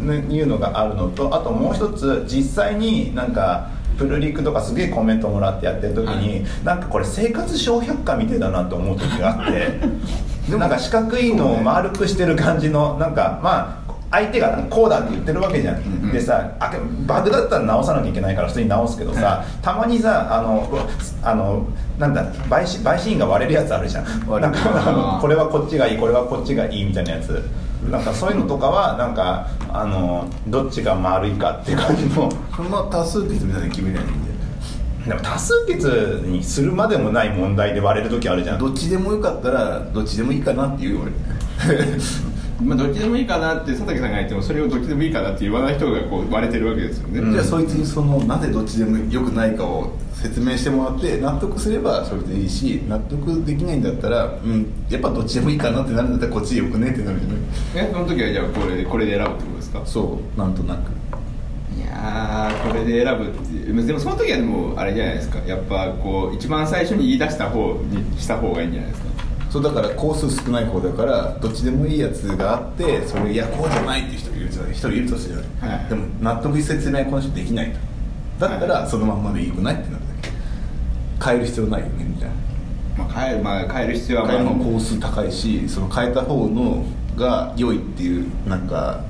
[SPEAKER 1] ねいうのがあるのとあともう一つ実際になんかプルリクとかすげえコメントもらってやってる時に、なんかこれ生活小百科みたいだなと思う時があって なんか四角いのを丸くしてる感じのなんかまあ相手がこうだって言ってるわけじゃん、でさあバグだったら直さなきゃいけないから普通に直すけどさたまにさあのあのなんだ陪審陪審員が割れるやつあるじゃん
[SPEAKER 3] 割れる
[SPEAKER 1] なんかあの これはこっちがいいこれはこっちがいいみたいなやつなんかそういうのとかはなんかあのどっちが丸いかっていう感じの
[SPEAKER 2] そんな多数決みたいなの決めりゃいいんで
[SPEAKER 1] でも多数決にするまでもない問題で割れる時あるじゃん
[SPEAKER 2] どっちでもよかったらどっちでもいいかなって言うよ俺
[SPEAKER 3] まあどっちでもいいかなって佐竹さんが言ってもそれをどっちでもいいかなって言わない人がこう割れてるわけですよね、
[SPEAKER 1] うん
[SPEAKER 2] じゃあそいつにそのなぜどっちでもよくないかを説明してもらって納得すればそれでいいし納得できないんだったらうんやっぱどっちでもいいかなってなるんだったらこっちでよくねってなるじゃない
[SPEAKER 3] えその時はじゃあこれこれで選ぶってことですか
[SPEAKER 2] そうなんとなく
[SPEAKER 3] いやーこれで選ぶってでもその時はでもあれじゃないですかやっぱこう一番最初に言い出した方にした方がいいんじゃないですか
[SPEAKER 2] そうだから工数少ない方だからどっちでもいいやつがあってそれいやこうじゃないっていう人がいるじゃない一人いるとするじゃない、
[SPEAKER 3] はい
[SPEAKER 2] でも納得して説明この人できないとだった
[SPEAKER 3] は
[SPEAKER 2] らそのまんまでよくないってなるだけ変える必要ないよねみたいな
[SPEAKER 3] まあ変え,、まあ、変える必要は
[SPEAKER 2] 変える
[SPEAKER 3] まあ
[SPEAKER 2] の工数高いしその変えた方のが良いっていうなんか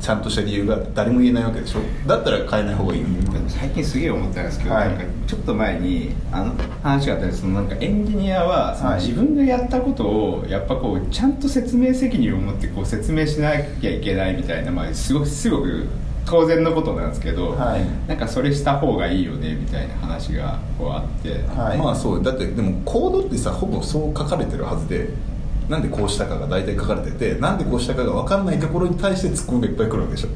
[SPEAKER 2] ちゃんとした理由が誰も言えないわけでしょだったら変えない方がいいよねみたいな
[SPEAKER 3] 最近すげえ思ったんですけど、
[SPEAKER 1] はい
[SPEAKER 3] なんかちょっと前にあの話があったんですけどなんかエンジニアはその
[SPEAKER 1] はい
[SPEAKER 3] 自分がやったことをやっぱこうちゃんと説明責任を持ってこう説明しなきゃいけないみたいな、まあ、すごくすごく当然のことなんですけど、
[SPEAKER 1] はい
[SPEAKER 3] なんかそれした方がいいよねみたいな話がこうあって、
[SPEAKER 1] はい
[SPEAKER 2] まあそうだってでもコードってさほぼそう書かれてるはずでなんでこうしたかが大体書かれててなんでこうしたかが分かんないところに対してツッコミがいっぱい来るわけでしょ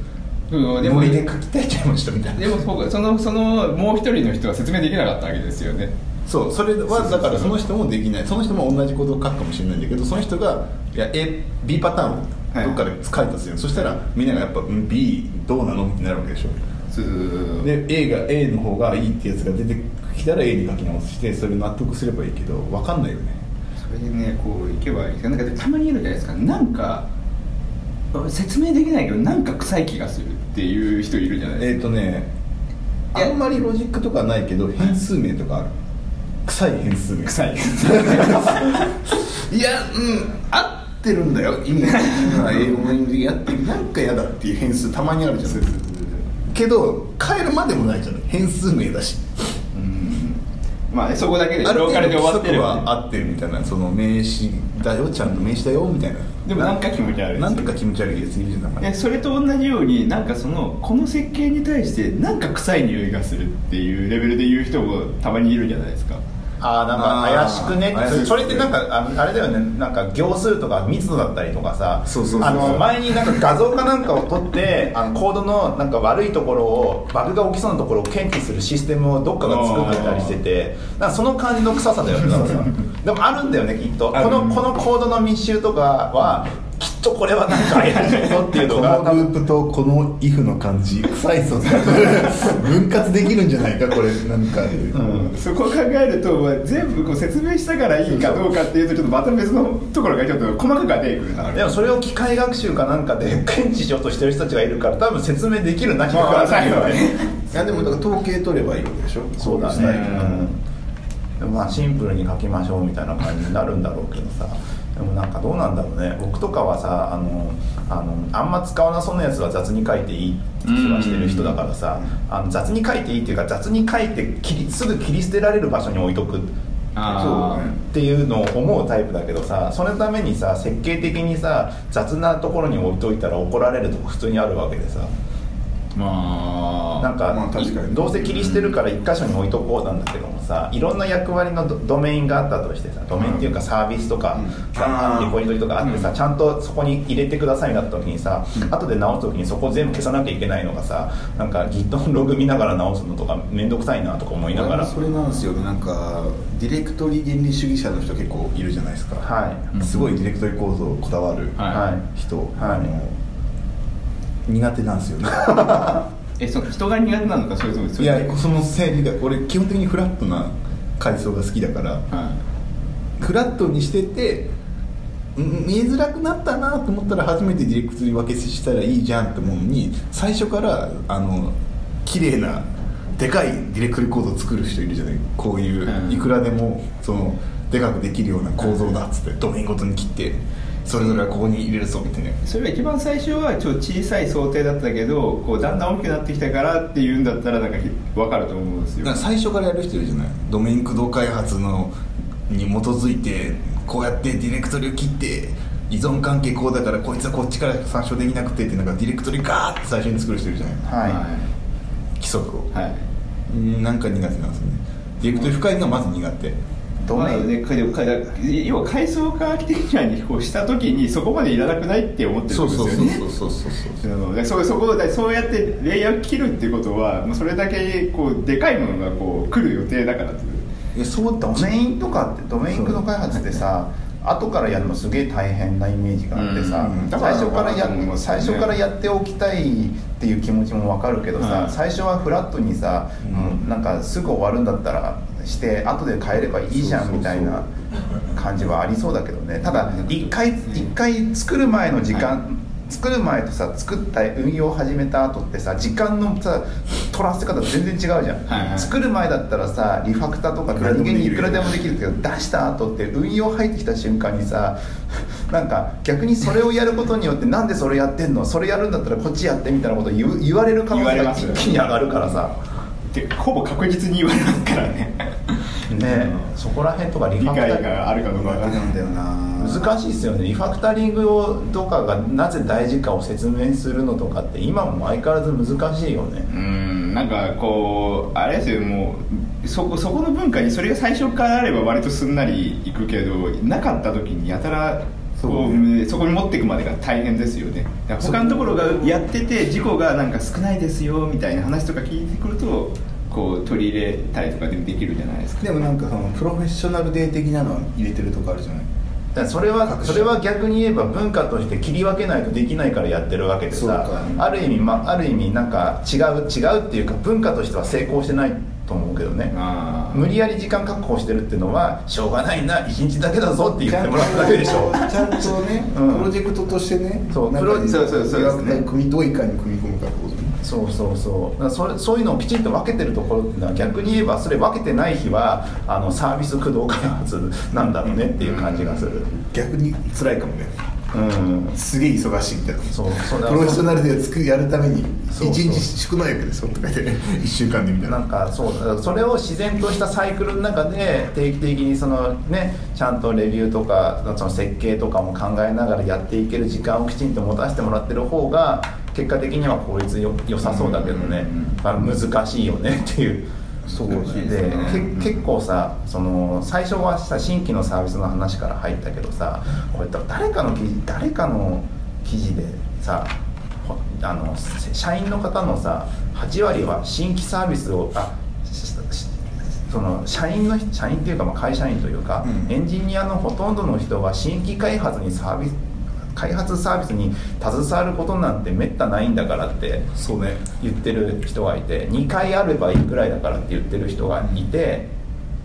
[SPEAKER 3] うん
[SPEAKER 2] で
[SPEAKER 3] でも
[SPEAKER 2] もで書きたいちゃいましたみたい
[SPEAKER 3] で
[SPEAKER 2] な
[SPEAKER 3] もそうそのそのもう一人の人は説明できなかったわけですよね
[SPEAKER 2] そうそれはだからその人もできないその人も同じことを書くかもしれないんだけどその人がいや A B パターン
[SPEAKER 3] はい
[SPEAKER 2] をどっかで書いたとするよそしたらみんながやっぱうん B どうなのってなるわけでしょ
[SPEAKER 3] そうそうそうそう
[SPEAKER 2] で A が A の方がいいってやつが出てきたら A に書き直してそれ納得すればいいけど分かんないよね
[SPEAKER 3] それでねこう行けばいいですよなんかでたまにいるじゃないですかなんか説明できないけどなんか臭い気がするっていう人いるじゃない
[SPEAKER 2] え
[SPEAKER 3] で
[SPEAKER 2] っ、
[SPEAKER 3] すか
[SPEAKER 2] とね
[SPEAKER 3] いや
[SPEAKER 2] あんまりロジックとかないけど変数名とかある臭い変数名
[SPEAKER 3] 臭い
[SPEAKER 2] いやうん合ってるんだよ 意味が英語の意味でやってなんか嫌だっていう変数たまにあるじゃんけど変えるまでもないじゃない変数名だし
[SPEAKER 3] うんまあねそこだけで
[SPEAKER 2] ある
[SPEAKER 3] ローカルで終わってる
[SPEAKER 2] 程度規則は合ってるみたいなその名詞だよちゃんと名詞だよみたいな
[SPEAKER 3] でもなんか気持ち悪いですよ
[SPEAKER 2] なんとか気持ち悪いやついるじゃんなんか
[SPEAKER 3] えそれと同じようになんかそのこの設計に対してなんか臭い匂いがするっていうレベルで言う人もたまにいるじゃないですか
[SPEAKER 1] あーなんか怪しくねって
[SPEAKER 2] あー
[SPEAKER 1] それそれってなんかああれだよねなんか行数とか密度だったりとかさ
[SPEAKER 2] そうそうそうそう
[SPEAKER 1] あの前になんか画像かなんかを撮ってあのコードのなんか悪いところをバグが起きそうなところを検知するシステムをどっかが作ってたりしててなんかその感じの臭さだよねなんかさでもあるんだよねきっと
[SPEAKER 2] あ
[SPEAKER 1] こ
[SPEAKER 2] る
[SPEAKER 1] のこのコードの密集とかはきっとこれはなんか怪しいぞっていうの
[SPEAKER 2] こ
[SPEAKER 1] が
[SPEAKER 2] のループとこの if の感じ臭いそうだ分割できるんじゃないかこれなんか、
[SPEAKER 3] そこを考えるとまあ全部こう説明したからいいかどうかっていうとちょっとまた別のところがちょっと細かくは出てくるな
[SPEAKER 1] でもそれを機械学習かなんかで検知しようとしてる人たちがいるから多分説明できる何かがないよね
[SPEAKER 2] いやでもだから統計取ればいいわけでしょ
[SPEAKER 1] そうだ
[SPEAKER 2] こいスタイル
[SPEAKER 1] ね、うん、でもまあシンプルに書きましょうみたいな感じになるんだろうけどさでもなんかどうなんだろうね僕とかはさあのあのあんま使わなそうなやつは雑に書いていいって気はしてる人だからさあの雑に書いていいっていうか雑に書いて切りすぐ切り捨てられる場所に置いとく
[SPEAKER 3] あー
[SPEAKER 1] そうっていうのを思うタイプだけどさそのためにさ設計的にさ雑なところに置いといたら怒られるとこ普通にあるわけでさ
[SPEAKER 3] ま
[SPEAKER 1] なんか,、
[SPEAKER 2] まあ確かに
[SPEAKER 1] どうせ切り捨てるから一箇所に置いとこうなんだけどもさいろんな役割のドドメインがあったとしてさドメインっていうかサービスとか
[SPEAKER 2] うん
[SPEAKER 1] さ、
[SPEAKER 2] あー
[SPEAKER 1] リポジトリとかあってさ、ちゃんとそこに入れてくださいになった時にさ、後で直す時にそこ全部消さなきゃいけないのがさなんか Git のログ見ながら直すのとか面倒くさいなとか思いながら
[SPEAKER 2] それなんですよなんかディレクトリ原理主義者の人結構いるじゃないですか、
[SPEAKER 1] はい
[SPEAKER 2] すごいディレクトリ構造こだわる
[SPEAKER 3] はい
[SPEAKER 1] はい
[SPEAKER 2] 人、
[SPEAKER 1] はい
[SPEAKER 2] あの苦手なんですよね
[SPEAKER 3] えその人が苦手なのかそれともそ
[SPEAKER 2] い
[SPEAKER 3] れ
[SPEAKER 2] やその整理が俺基本的にフラットな階層が好きだから
[SPEAKER 3] は
[SPEAKER 2] フラットにしててん見えづらくなったなと思ったら初めてディレクトリ分けしたらいいじゃんって思うのに最初からあの綺麗なでかいディレクトリコードを作る人いるじゃないこういう、
[SPEAKER 3] うん
[SPEAKER 2] いくらでもそのでかくできるような構造だっつってドメインごとに切ってそれぞれはここに入れるぞみたいない
[SPEAKER 3] それは一番最初はちょっと小さい想定だったけどこうだんだん大きくなってきたからっていうんだったらなんか分かると思うんですよ
[SPEAKER 2] だから最初からやる人いるじゃないドメイン駆動開発のに基づいてこうやってディレクトリを切って依存関係こうだからこいつはこっちから参照できなくてってなんかディレクトリガーって最初に作る人いるじゃない
[SPEAKER 1] はい、
[SPEAKER 2] 規則を、
[SPEAKER 3] はい
[SPEAKER 2] うんなんか苦手なんですよねディレクトリ深いのはまず苦手
[SPEAKER 1] ドメイン
[SPEAKER 3] まあねかか要は階層化アーキテクチャにこうした時にそこまでいらなくないって思ってるんですよね
[SPEAKER 2] うそうそう
[SPEAKER 3] なのでそうそこでそうやってレイヤーを切るっていうことはもうそれだけこうでかいものがこう来る予定だからっていう
[SPEAKER 2] いやそう
[SPEAKER 1] ドメインとかってドメイン駆動開発ってさ後からやるのすげえ大変なイメージがあってさ、
[SPEAKER 3] うん
[SPEAKER 1] 最初からや
[SPEAKER 3] だからなんかもう
[SPEAKER 1] 最初からやっておきたいっていう気持ちもわかるけどさ、
[SPEAKER 3] はい
[SPEAKER 1] 最初はフラットにさ、
[SPEAKER 2] うん
[SPEAKER 1] なんかすぐ終わるんだったらして後で変えればいいじゃ
[SPEAKER 2] そ
[SPEAKER 1] ん
[SPEAKER 2] うそうそう
[SPEAKER 1] みたいな感じはありそうだけどねただ一回一回作る前の時間、作る前とさ作った運用を始めた後ってさ時間のさ取らせ方全然違うじゃん、
[SPEAKER 3] はいはい
[SPEAKER 1] 作る前だったらさリファクターとか何気にいくらでもできるけど出した後って運用入ってきた瞬間にさ なんか逆にそれをやることによってなんでそれやってんのそれやるんだったらこっちやってみたいなこと言う言われる可能性
[SPEAKER 3] 言われ
[SPEAKER 1] が
[SPEAKER 3] ま
[SPEAKER 1] 一
[SPEAKER 3] す
[SPEAKER 1] 気に上がるからさ
[SPEAKER 3] でほぼ確実に言われますからね
[SPEAKER 1] ねそこら辺とかリ
[SPEAKER 3] 理
[SPEAKER 1] ファクタ
[SPEAKER 3] 解
[SPEAKER 1] ー
[SPEAKER 3] があるかどうか
[SPEAKER 2] 苦
[SPEAKER 3] わから
[SPEAKER 2] 手
[SPEAKER 3] ない
[SPEAKER 2] なんだよな
[SPEAKER 1] 難しいですよねリファクタリングをとかがなぜ大事かを説明するのとかって今も相変わらず難しいよね
[SPEAKER 3] うんなんかこうあれですよもうそこそこの文化にそれが最初からあれば割とすんなりいくけどなかった時にやたらこう
[SPEAKER 2] そう
[SPEAKER 3] うんそこに持っていくまでが大変ですよねだから他のところがやってて事故がなんか少ないですよみたいな話とか聞いてくるとこう取り入れたりとかでもできるじゃないですか
[SPEAKER 2] でもなんかそのプロフェッショナルデー的なの入れてるとこあるじゃない
[SPEAKER 1] だからそれは
[SPEAKER 2] 各種
[SPEAKER 1] それは逆に言えば文化として切り分けないとできないからやってるわけで
[SPEAKER 2] そう
[SPEAKER 1] さ
[SPEAKER 2] か
[SPEAKER 1] ある意味、まあ、ある意味なんか違う違うっていうか文化としては成功してないと思うけどね
[SPEAKER 3] あー
[SPEAKER 1] 無理やり時間確保してるっていうのはしょうがないな一日だけだぞって言ってもらっただけでしょ
[SPEAKER 2] ちゃんとね、
[SPEAKER 1] うん
[SPEAKER 2] プロジェクトとしてね
[SPEAKER 1] そう
[SPEAKER 2] なん
[SPEAKER 1] プロ
[SPEAKER 2] か
[SPEAKER 3] そうそうそうですね
[SPEAKER 2] なんか組みどういかに組み込むかってことね
[SPEAKER 1] そうそうそうだからそれそういうのをきちんと分けてるところっていうのは逆に言えばそれ分けてない日はあのサービス駆動開発なんだろうねっていう感じがする
[SPEAKER 2] 逆に辛いかもね
[SPEAKER 1] うん
[SPEAKER 2] すげえ忙しいみたいな
[SPEAKER 1] そうそ
[SPEAKER 2] プ
[SPEAKER 1] れは
[SPEAKER 2] ロフェッショナルで作やるために一
[SPEAKER 1] そうそう
[SPEAKER 2] 日少ないわけですよとか言って1 週間でみたい
[SPEAKER 1] な
[SPEAKER 2] なん
[SPEAKER 1] かそうだからそれを自然としたサイクルの中で定期的にそのねちゃんとレビューとかその設計とかも考えながらやっていける時間をきちんと持たせてもらってる方が結果的には効率よ良さそうだけどね、
[SPEAKER 3] うんうんうん
[SPEAKER 1] まあ難しいよねっていうそう
[SPEAKER 3] 難しいです
[SPEAKER 1] で
[SPEAKER 3] ね
[SPEAKER 1] け結構さその最初はさ新規のサービスの話から入ったけどさこれ多分誰かの記事誰かの記事でさほあのせ社員の方のさ8割は新規サービスをあししその社員の社員っていうかまあ会社員というか、
[SPEAKER 2] うん
[SPEAKER 1] エンジニアのほとんどの人は新規開発にサービス開発サービスに携わることなんてめったないんだからって
[SPEAKER 2] そうね
[SPEAKER 1] 言ってる人がいて2回あればいいくらいだからって言ってる人がいて、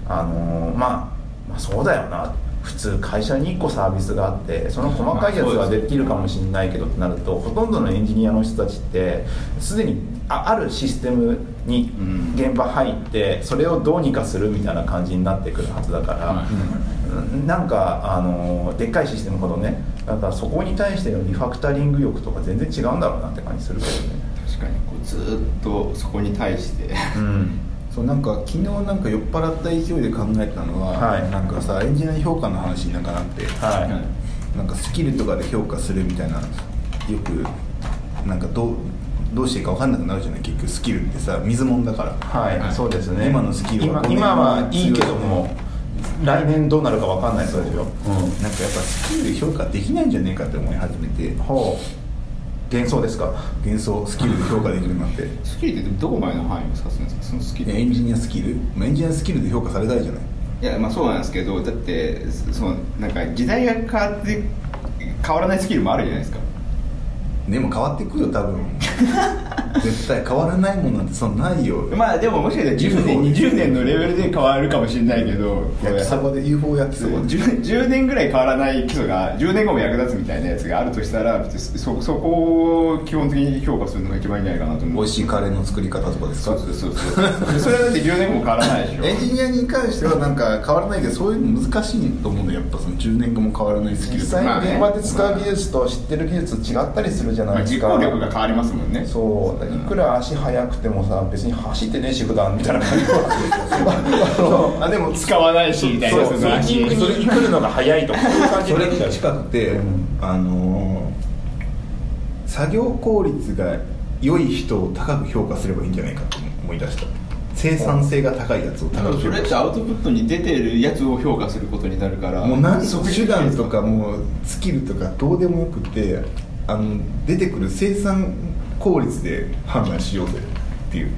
[SPEAKER 1] あのーまあ、まあそうだよな普通会社に1個サービスがあってその細かいやつ
[SPEAKER 3] まあ
[SPEAKER 1] は
[SPEAKER 3] そうです
[SPEAKER 1] できるかもしれないけどってなるとほとんどのエンジニアの人たちってすでにああるシステムに
[SPEAKER 3] うん
[SPEAKER 1] 現場入ってそれをどうにかするみたいな感じになってくるはずだから。うんなんかあのでっかいシステムほどねだからそこに対してのリファクタリング力とか全然違うんだろうなって感じするけどね。
[SPEAKER 3] 確かにこうずーっとそこに対して
[SPEAKER 1] うん
[SPEAKER 2] そうなんか昨日なんか酔っ払った勢いで考えたのは、
[SPEAKER 1] はい
[SPEAKER 2] なんかさエンジニア評価の話になんかなって、
[SPEAKER 1] は
[SPEAKER 2] なんかスキルとかで評価するみたいなよくなんかどうどうしていいか分かんなくなるじゃない結局スキルってさ水もんだから
[SPEAKER 1] い、はいそうですね
[SPEAKER 2] 今のスキルは
[SPEAKER 1] 今今はいいけども来年どうなるかわかんないそうですよ、う
[SPEAKER 2] なんかやっぱスキルで評価できないんじゃねえかって思い始めて
[SPEAKER 1] ん、ほう幻想ですか
[SPEAKER 2] 幻想スキルで評価できるように なって
[SPEAKER 3] スキルってどこまでの範囲を指すんですかそのスキル
[SPEAKER 2] いやエンジニアスキルまあエンジニアスキルで評価されたいじゃない
[SPEAKER 3] いやまあそうなんですけどだってそのなんか時代が変わって変わらないスキルもあるじゃないですか
[SPEAKER 2] でも変わってくよ 多分絶対変わらないもんなんてそんなないよ
[SPEAKER 3] まあでももしかしたら10年20年のレベルで変わるかもしれないけど
[SPEAKER 2] 焼きそばで UFO 焼きそばで
[SPEAKER 3] 10, 10年ぐらい変わらない基礎が10年後も役立つみたいなやつがあるとしたら別にそそこを基本的に評価するのが一番いいんじゃないかなと
[SPEAKER 2] 美
[SPEAKER 3] 思う
[SPEAKER 2] 味しいカレーの作り方とかです
[SPEAKER 3] そ
[SPEAKER 2] か
[SPEAKER 3] うそうそうそうそれはだって10年後も変わらないでしょ
[SPEAKER 2] エンジニアに関してはなんか変わらないけどそういうの難しいと思うのやっぱその10年後も変わらないスキ
[SPEAKER 1] 実
[SPEAKER 2] ルと
[SPEAKER 1] 際
[SPEAKER 2] か
[SPEAKER 3] まあ
[SPEAKER 1] に
[SPEAKER 3] ね
[SPEAKER 1] 現場で使う技術と知ってる技術違ったりするじゃ
[SPEAKER 3] ま
[SPEAKER 1] な
[SPEAKER 3] あ
[SPEAKER 1] いです
[SPEAKER 3] 実
[SPEAKER 1] か、
[SPEAKER 3] 行力が変わりますもんね
[SPEAKER 1] そういくら足速くてもさ別に走ってねえし普段みたいな感じ
[SPEAKER 2] そ
[SPEAKER 1] は
[SPEAKER 2] うあでも
[SPEAKER 3] 使わないしみたいな
[SPEAKER 1] そうそうランニングに来るのが早いとかそういう感じ
[SPEAKER 2] そ
[SPEAKER 1] に
[SPEAKER 2] れ
[SPEAKER 1] なっちゃ
[SPEAKER 2] に
[SPEAKER 1] う
[SPEAKER 2] 近くて、
[SPEAKER 1] うん
[SPEAKER 2] あのー作業効率が良い人を高く評価すればいいんじゃないかと思い出した生産性が高いやつを
[SPEAKER 3] だか
[SPEAKER 2] 高
[SPEAKER 3] ら
[SPEAKER 2] く
[SPEAKER 3] そ
[SPEAKER 2] 評価
[SPEAKER 3] れってアウトプットに出てるやつを評価することになるから
[SPEAKER 2] もう何
[SPEAKER 3] そ
[SPEAKER 2] 手段とかもうスキルとかどうでもよくてあの出てくる生産効率で判断しようぜっていう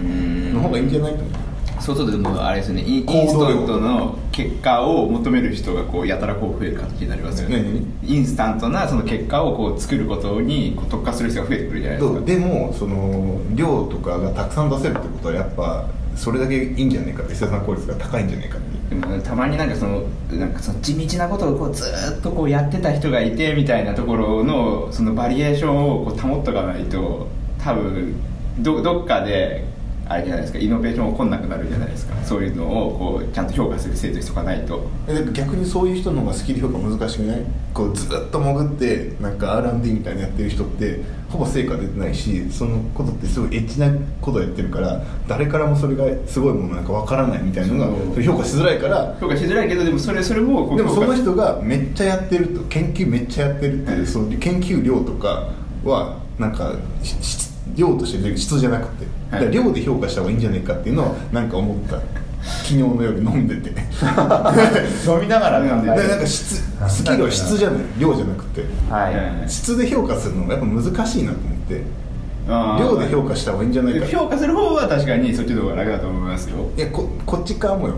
[SPEAKER 3] うん
[SPEAKER 2] の方がいいんじゃないと思う
[SPEAKER 3] そうするとでもあれですよねインイン
[SPEAKER 2] 行
[SPEAKER 3] ス
[SPEAKER 2] 動力
[SPEAKER 3] タントの結果を求める人がこうやたらこう増える感じになりますよね
[SPEAKER 2] 何
[SPEAKER 3] インスタントなその結果をこう作ることにこう特化する人が増えてくるじゃないです
[SPEAKER 2] そう
[SPEAKER 3] か
[SPEAKER 2] でもその量とかがたくさん出せるってことはやっぱそれだけいいんじゃないかって生産効率が高いんじゃないかって
[SPEAKER 3] でもたまになんかそのなんかその地道なことをこうずーっとこうやってた人がいてみたいなところのそのバリエーションをこう保っとかないと多分どどっかであれじゃないですかイノベーション起こんなくなるじゃないですかそういうのをこうちゃんと評価する制度にしとかないと
[SPEAKER 2] えだから逆にそういう人の方がスキル評価難しくないこうずっと潜ってなんか R&D みたいなやってる人ってほぼ成果出てないしそのことってすごいエッチなことやってるから誰からもそれがすごいものなんかわからないみたいな
[SPEAKER 3] そ
[SPEAKER 2] の
[SPEAKER 3] う
[SPEAKER 2] がそれ評価しづらいから
[SPEAKER 3] 評価しづらいけどでもそれそれもこう
[SPEAKER 2] でもそ
[SPEAKER 3] 評価
[SPEAKER 2] の人がめっちゃやってると研究めっちゃやってるっていうその研究量とかはなんかしし量として質じゃなくてだから量で評価した方がいいんじゃないかっていうのをなんか思った昨日の夜飲んでて。
[SPEAKER 1] 飲みながら考え
[SPEAKER 2] だから
[SPEAKER 1] る
[SPEAKER 2] なんか質スキルは質じゃない量じゃなくて
[SPEAKER 1] はい
[SPEAKER 2] 質で評価するのがやっぱ難しいなと思って
[SPEAKER 3] あー
[SPEAKER 2] 量で評価した方がいいんじゃないか
[SPEAKER 3] 評価する方は確かにそっちの方が楽だと思いますよ
[SPEAKER 2] いやここっち側もよ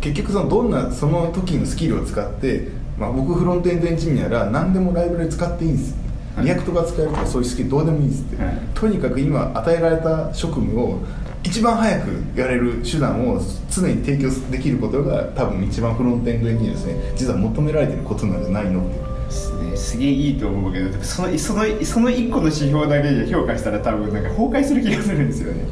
[SPEAKER 2] 結局そのどんなその時のスキルを使って、まあ、僕フロントエンドエンジニアなら何でもライブラリ使っていいんです
[SPEAKER 3] はい
[SPEAKER 2] リアクトが使えるとかそういうスキルどうでもいいんですって、
[SPEAKER 3] はい
[SPEAKER 2] とにかく今与えられた職務を一番早くやれる手段を常に提供できることが多分一番フロントエンドエンジニアですね実は求められてることなんじゃないのって
[SPEAKER 3] すねすげえいいと思うけどでもそのそのその1個の指標だけで評価したら多分なんか崩壊する気がするんですよね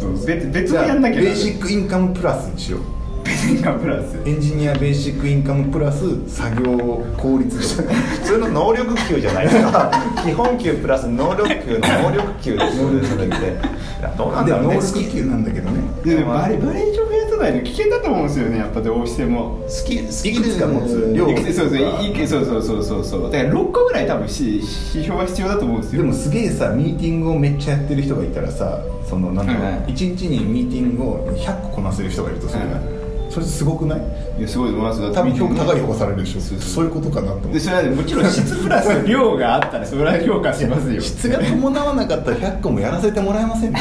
[SPEAKER 3] そう別別
[SPEAKER 2] じ
[SPEAKER 3] も
[SPEAKER 2] ゃ
[SPEAKER 3] や
[SPEAKER 2] あ
[SPEAKER 3] んなきゃ
[SPEAKER 2] ベーシックインカムプラスにしよう
[SPEAKER 3] 別がプラス
[SPEAKER 2] エンジニアベーシックインカムプラス作業効率 量
[SPEAKER 1] 普通の能力給じゃないですか基本給プラス能力給の能力給ですよねそれっていやどうなん
[SPEAKER 2] で
[SPEAKER 1] だろう
[SPEAKER 2] も
[SPEAKER 1] ね
[SPEAKER 2] 能力級なんだけどね
[SPEAKER 3] でもバリバリエーション増やすゃないと危険だと思うんですよねやっぱどうしても
[SPEAKER 2] スキ
[SPEAKER 1] い
[SPEAKER 2] ル
[SPEAKER 1] くつか持つ
[SPEAKER 2] 量
[SPEAKER 1] 量
[SPEAKER 3] いくつそうそういくそうそうそうそうそうだから6個ぐらい多分し指標は必要だと思うんです
[SPEAKER 2] で
[SPEAKER 3] よ
[SPEAKER 2] もすげえさミーティングをめっちゃやってる人がいたらさそのなんだ
[SPEAKER 3] はい
[SPEAKER 2] ろ
[SPEAKER 3] は
[SPEAKER 2] う
[SPEAKER 3] い
[SPEAKER 2] 一日にミーティングを100個こなせる人がいるとするじゃない
[SPEAKER 3] はい
[SPEAKER 2] それすごくない
[SPEAKER 3] いやすごいと思いますだって
[SPEAKER 2] 多分評価高い評価されるでしょ
[SPEAKER 3] そうそう
[SPEAKER 2] そういうことかなと思っ
[SPEAKER 3] で
[SPEAKER 2] て
[SPEAKER 3] それはもちろん質プラス量があったらそれは評価しますよ
[SPEAKER 2] 質が伴わなかったら100個もやらせてもらえませんね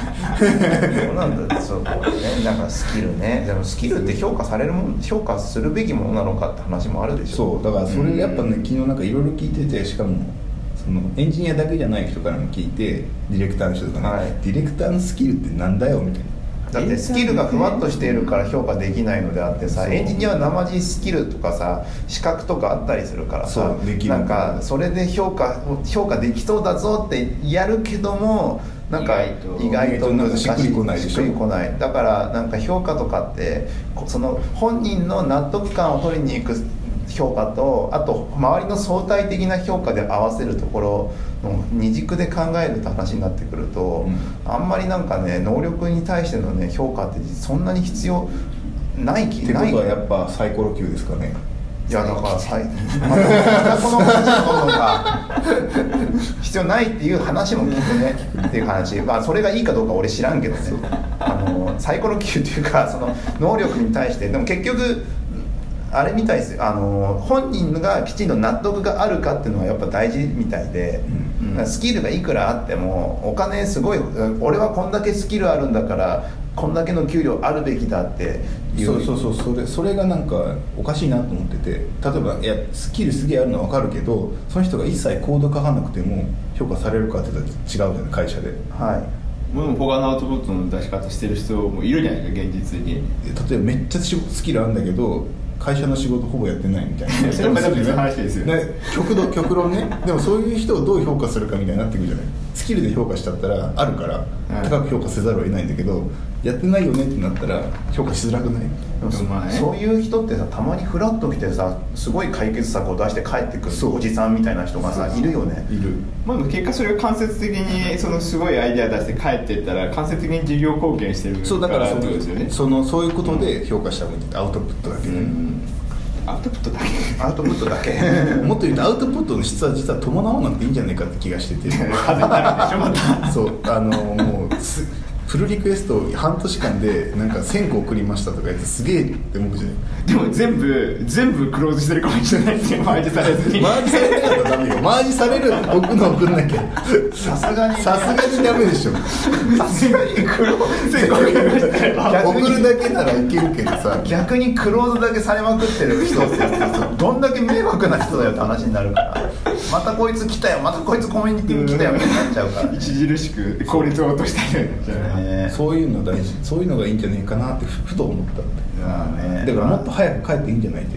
[SPEAKER 1] そうなんだそうこうねなんかスキルねでもスキルって評価されるもん評価するべきものなのかって話もあるでしょ
[SPEAKER 2] そうだからそれやっぱね昨日なんかいろいろ聞いててしかもそのエンジニアだけじゃない人からも聞いてディレクターの人とかね、
[SPEAKER 1] はい
[SPEAKER 2] ディレクターのスキルってなんだよみたいな
[SPEAKER 1] だってスキルがふわっとしているから評価できないのであってさ
[SPEAKER 2] そう
[SPEAKER 1] エンジニアは生地スキルとかさ資格とかあったりするからさ
[SPEAKER 2] そうできる
[SPEAKER 1] なんかそれで評価評価できそうだぞってやるけどもなんか
[SPEAKER 3] 意
[SPEAKER 1] 意
[SPEAKER 2] 外
[SPEAKER 1] 外
[SPEAKER 2] と
[SPEAKER 1] と難しい
[SPEAKER 2] しっくりこないでしょ
[SPEAKER 1] しっくりこないだからなんか評価とかってこその本人の納得感を取りに行く評価とあと周りの相対的な評価で合わせるところの二軸で考えるって話になってくると、
[SPEAKER 2] う
[SPEAKER 1] あんまりなんかね能力に対してのね評価ってそんなに必要ない気
[SPEAKER 2] ってこ
[SPEAKER 1] ない
[SPEAKER 2] とはやっぱサイコロ級ですかね
[SPEAKER 1] いやだから最またこの話のことか必要ないっていう話も聞くねっていう話まあそれがいいかどうか俺知らんけどねあのサイコロ級っていうかその能力に対してでも結局あれみたいですよあの本人がきちんと納得があるかっていうのはやっぱ大事みたいで、
[SPEAKER 2] うん
[SPEAKER 1] だからスキルがいくらあってもお金すごいうん俺はこんだけスキルあるんだからこんだけの給料あるべきだっていう
[SPEAKER 2] そうそうそうそれそれがなんかおかしいなと思ってて例えばいやスキルすげえあるのは分かるけどその人が一切コード書かなくても評価されるかって言ったら違うじゃない会社でえ
[SPEAKER 1] はい
[SPEAKER 3] もう他のアウトプットの出し方してる人もいるじゃないですか現実に
[SPEAKER 2] 例えばめっちゃ仕事スキルあるんだけど会社の仕事ほぼやってないみたいな
[SPEAKER 3] それまた別の話ですよ
[SPEAKER 2] ね極度極論ねでもそういう人をどう評価するかみたいになってくるじゃないスキルで評価しちゃったらあるから
[SPEAKER 3] い
[SPEAKER 2] 高く評価せざるを得ないんだけどやってないよねってなったら評価しづらくない
[SPEAKER 1] でもそ
[SPEAKER 3] お前
[SPEAKER 1] そういう人ってさたまにフラッと来てさすごい解決策を出して帰ってく
[SPEAKER 2] そう
[SPEAKER 1] るおじさんみたいな人がさ
[SPEAKER 3] そうそう
[SPEAKER 1] いるよね
[SPEAKER 2] いる
[SPEAKER 3] まあ、でも結果それを間接的にそのすごいアイデア出して帰っていったら間接的に事業貢献してるから
[SPEAKER 2] そうだから
[SPEAKER 3] っ
[SPEAKER 2] その
[SPEAKER 3] てことですよね
[SPEAKER 2] そのそういうことで評価した方がいいアウトプットだけで、
[SPEAKER 3] うんアウトプットだけ
[SPEAKER 1] アウトプットだけ
[SPEAKER 2] もっと言うとアウトプットの質は実は伴わなくていいんじゃないかって気がしてて
[SPEAKER 3] 風になるでしょまた
[SPEAKER 2] そうあのもうすプルリクエストを半年間でなんか1000個送りましたとか言ってすげえって思うじゃない
[SPEAKER 3] でも全部全部クローズしてるかもしれないですよマージされずに
[SPEAKER 2] マージされなかったらダメよマージされる僕の送んなきゃ
[SPEAKER 1] さすがに
[SPEAKER 2] さすがにダメでしょ
[SPEAKER 1] さすがにクロ
[SPEAKER 3] 全部クローズしてれば
[SPEAKER 1] 逆
[SPEAKER 2] 送
[SPEAKER 1] に
[SPEAKER 2] るだけならいけるけどさ
[SPEAKER 1] 逆にクローズだけされまくってる人ってどんだけ迷惑な人だよって話になるからまたこいつ来たよまたこいつコミュニティに来たよってなっちゃう からね
[SPEAKER 3] 著しく効率を落としたいじゃない
[SPEAKER 1] ね
[SPEAKER 2] そういうの大事そういうのがいいんじゃないかなってふふと思ったって
[SPEAKER 1] まあね
[SPEAKER 2] だからもっと早く帰っていいんじゃないって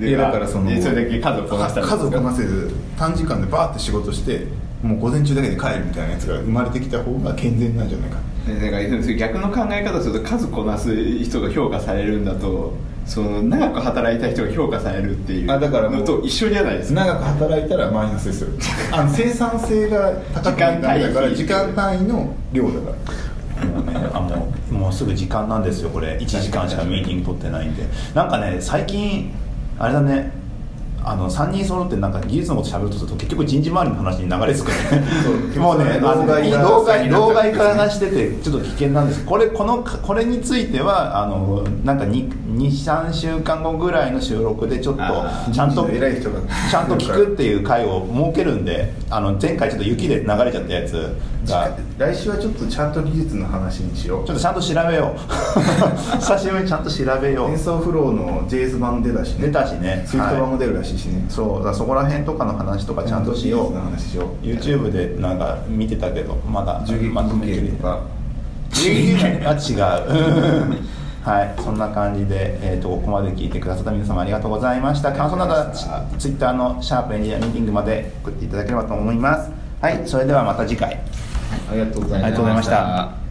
[SPEAKER 2] いやだからその
[SPEAKER 3] でそれだけ数をこなしたら
[SPEAKER 2] 数をこなせず短時間でバーって仕事してもう午前中だけで帰るみたいなやつが生まれてきた方が健全なんじゃないか
[SPEAKER 3] ねだからそれ逆の考え方をすると数こなす人が評価されるんだとその長く働いた人が評価されるっていう
[SPEAKER 2] あだからもう
[SPEAKER 3] のと一緒じゃないですか
[SPEAKER 2] 長く働いたらマイナスですよ あの生産性が高くないとダメだから時
[SPEAKER 3] 時
[SPEAKER 2] 間
[SPEAKER 3] 間
[SPEAKER 2] 単位の量だから
[SPEAKER 1] もうね、あもうもうすぐ時間なんですよこれ1時間しかミーティング取ってないんでなんかね最近あれだねあの3人揃ってなんか技術のこと喋るとすると結局人事周りの話に流れ着くね
[SPEAKER 2] そう
[SPEAKER 1] もうね
[SPEAKER 2] 老
[SPEAKER 1] 老害
[SPEAKER 2] 害が
[SPEAKER 1] 老害老害からしててちょっと危険なんですこれこのこれについてはあのなんか23週間後ぐらいの収録でちょっ
[SPEAKER 3] あ
[SPEAKER 1] とちゃんと
[SPEAKER 2] 偉い人が
[SPEAKER 1] ちゃんと聞くっていう回を設けるんであの前回ちょっと雪で流れちゃったやつが
[SPEAKER 2] 来週はちょっとちゃんと技術の話にしよう
[SPEAKER 1] ちょっとちゃんと調べ よう久しぶりにちゃんと調べよ
[SPEAKER 2] 演
[SPEAKER 1] う
[SPEAKER 2] 奏フローの JS 版出たしね
[SPEAKER 1] 出たしね
[SPEAKER 2] ツイート版
[SPEAKER 1] は
[SPEAKER 2] も出るらしいしね、
[SPEAKER 1] いそうだからそこら辺とかの話とかちゃんとしよう
[SPEAKER 2] 技術の話しよう
[SPEAKER 1] YouTube でなんか見てたけどまだ
[SPEAKER 2] 銃撃
[SPEAKER 1] まと
[SPEAKER 2] 武
[SPEAKER 1] めきれ
[SPEAKER 2] 器とか
[SPEAKER 1] 銃撃あ違う うんはいそんな感じで、えー、とここまで聞いてくださった皆様ありがとうございました感想などはツツイッターの「シャープエンジニアミーティング」まで送っていただければと思いますはいそれではまた次回
[SPEAKER 2] ありがとうござ
[SPEAKER 1] ありがとうございました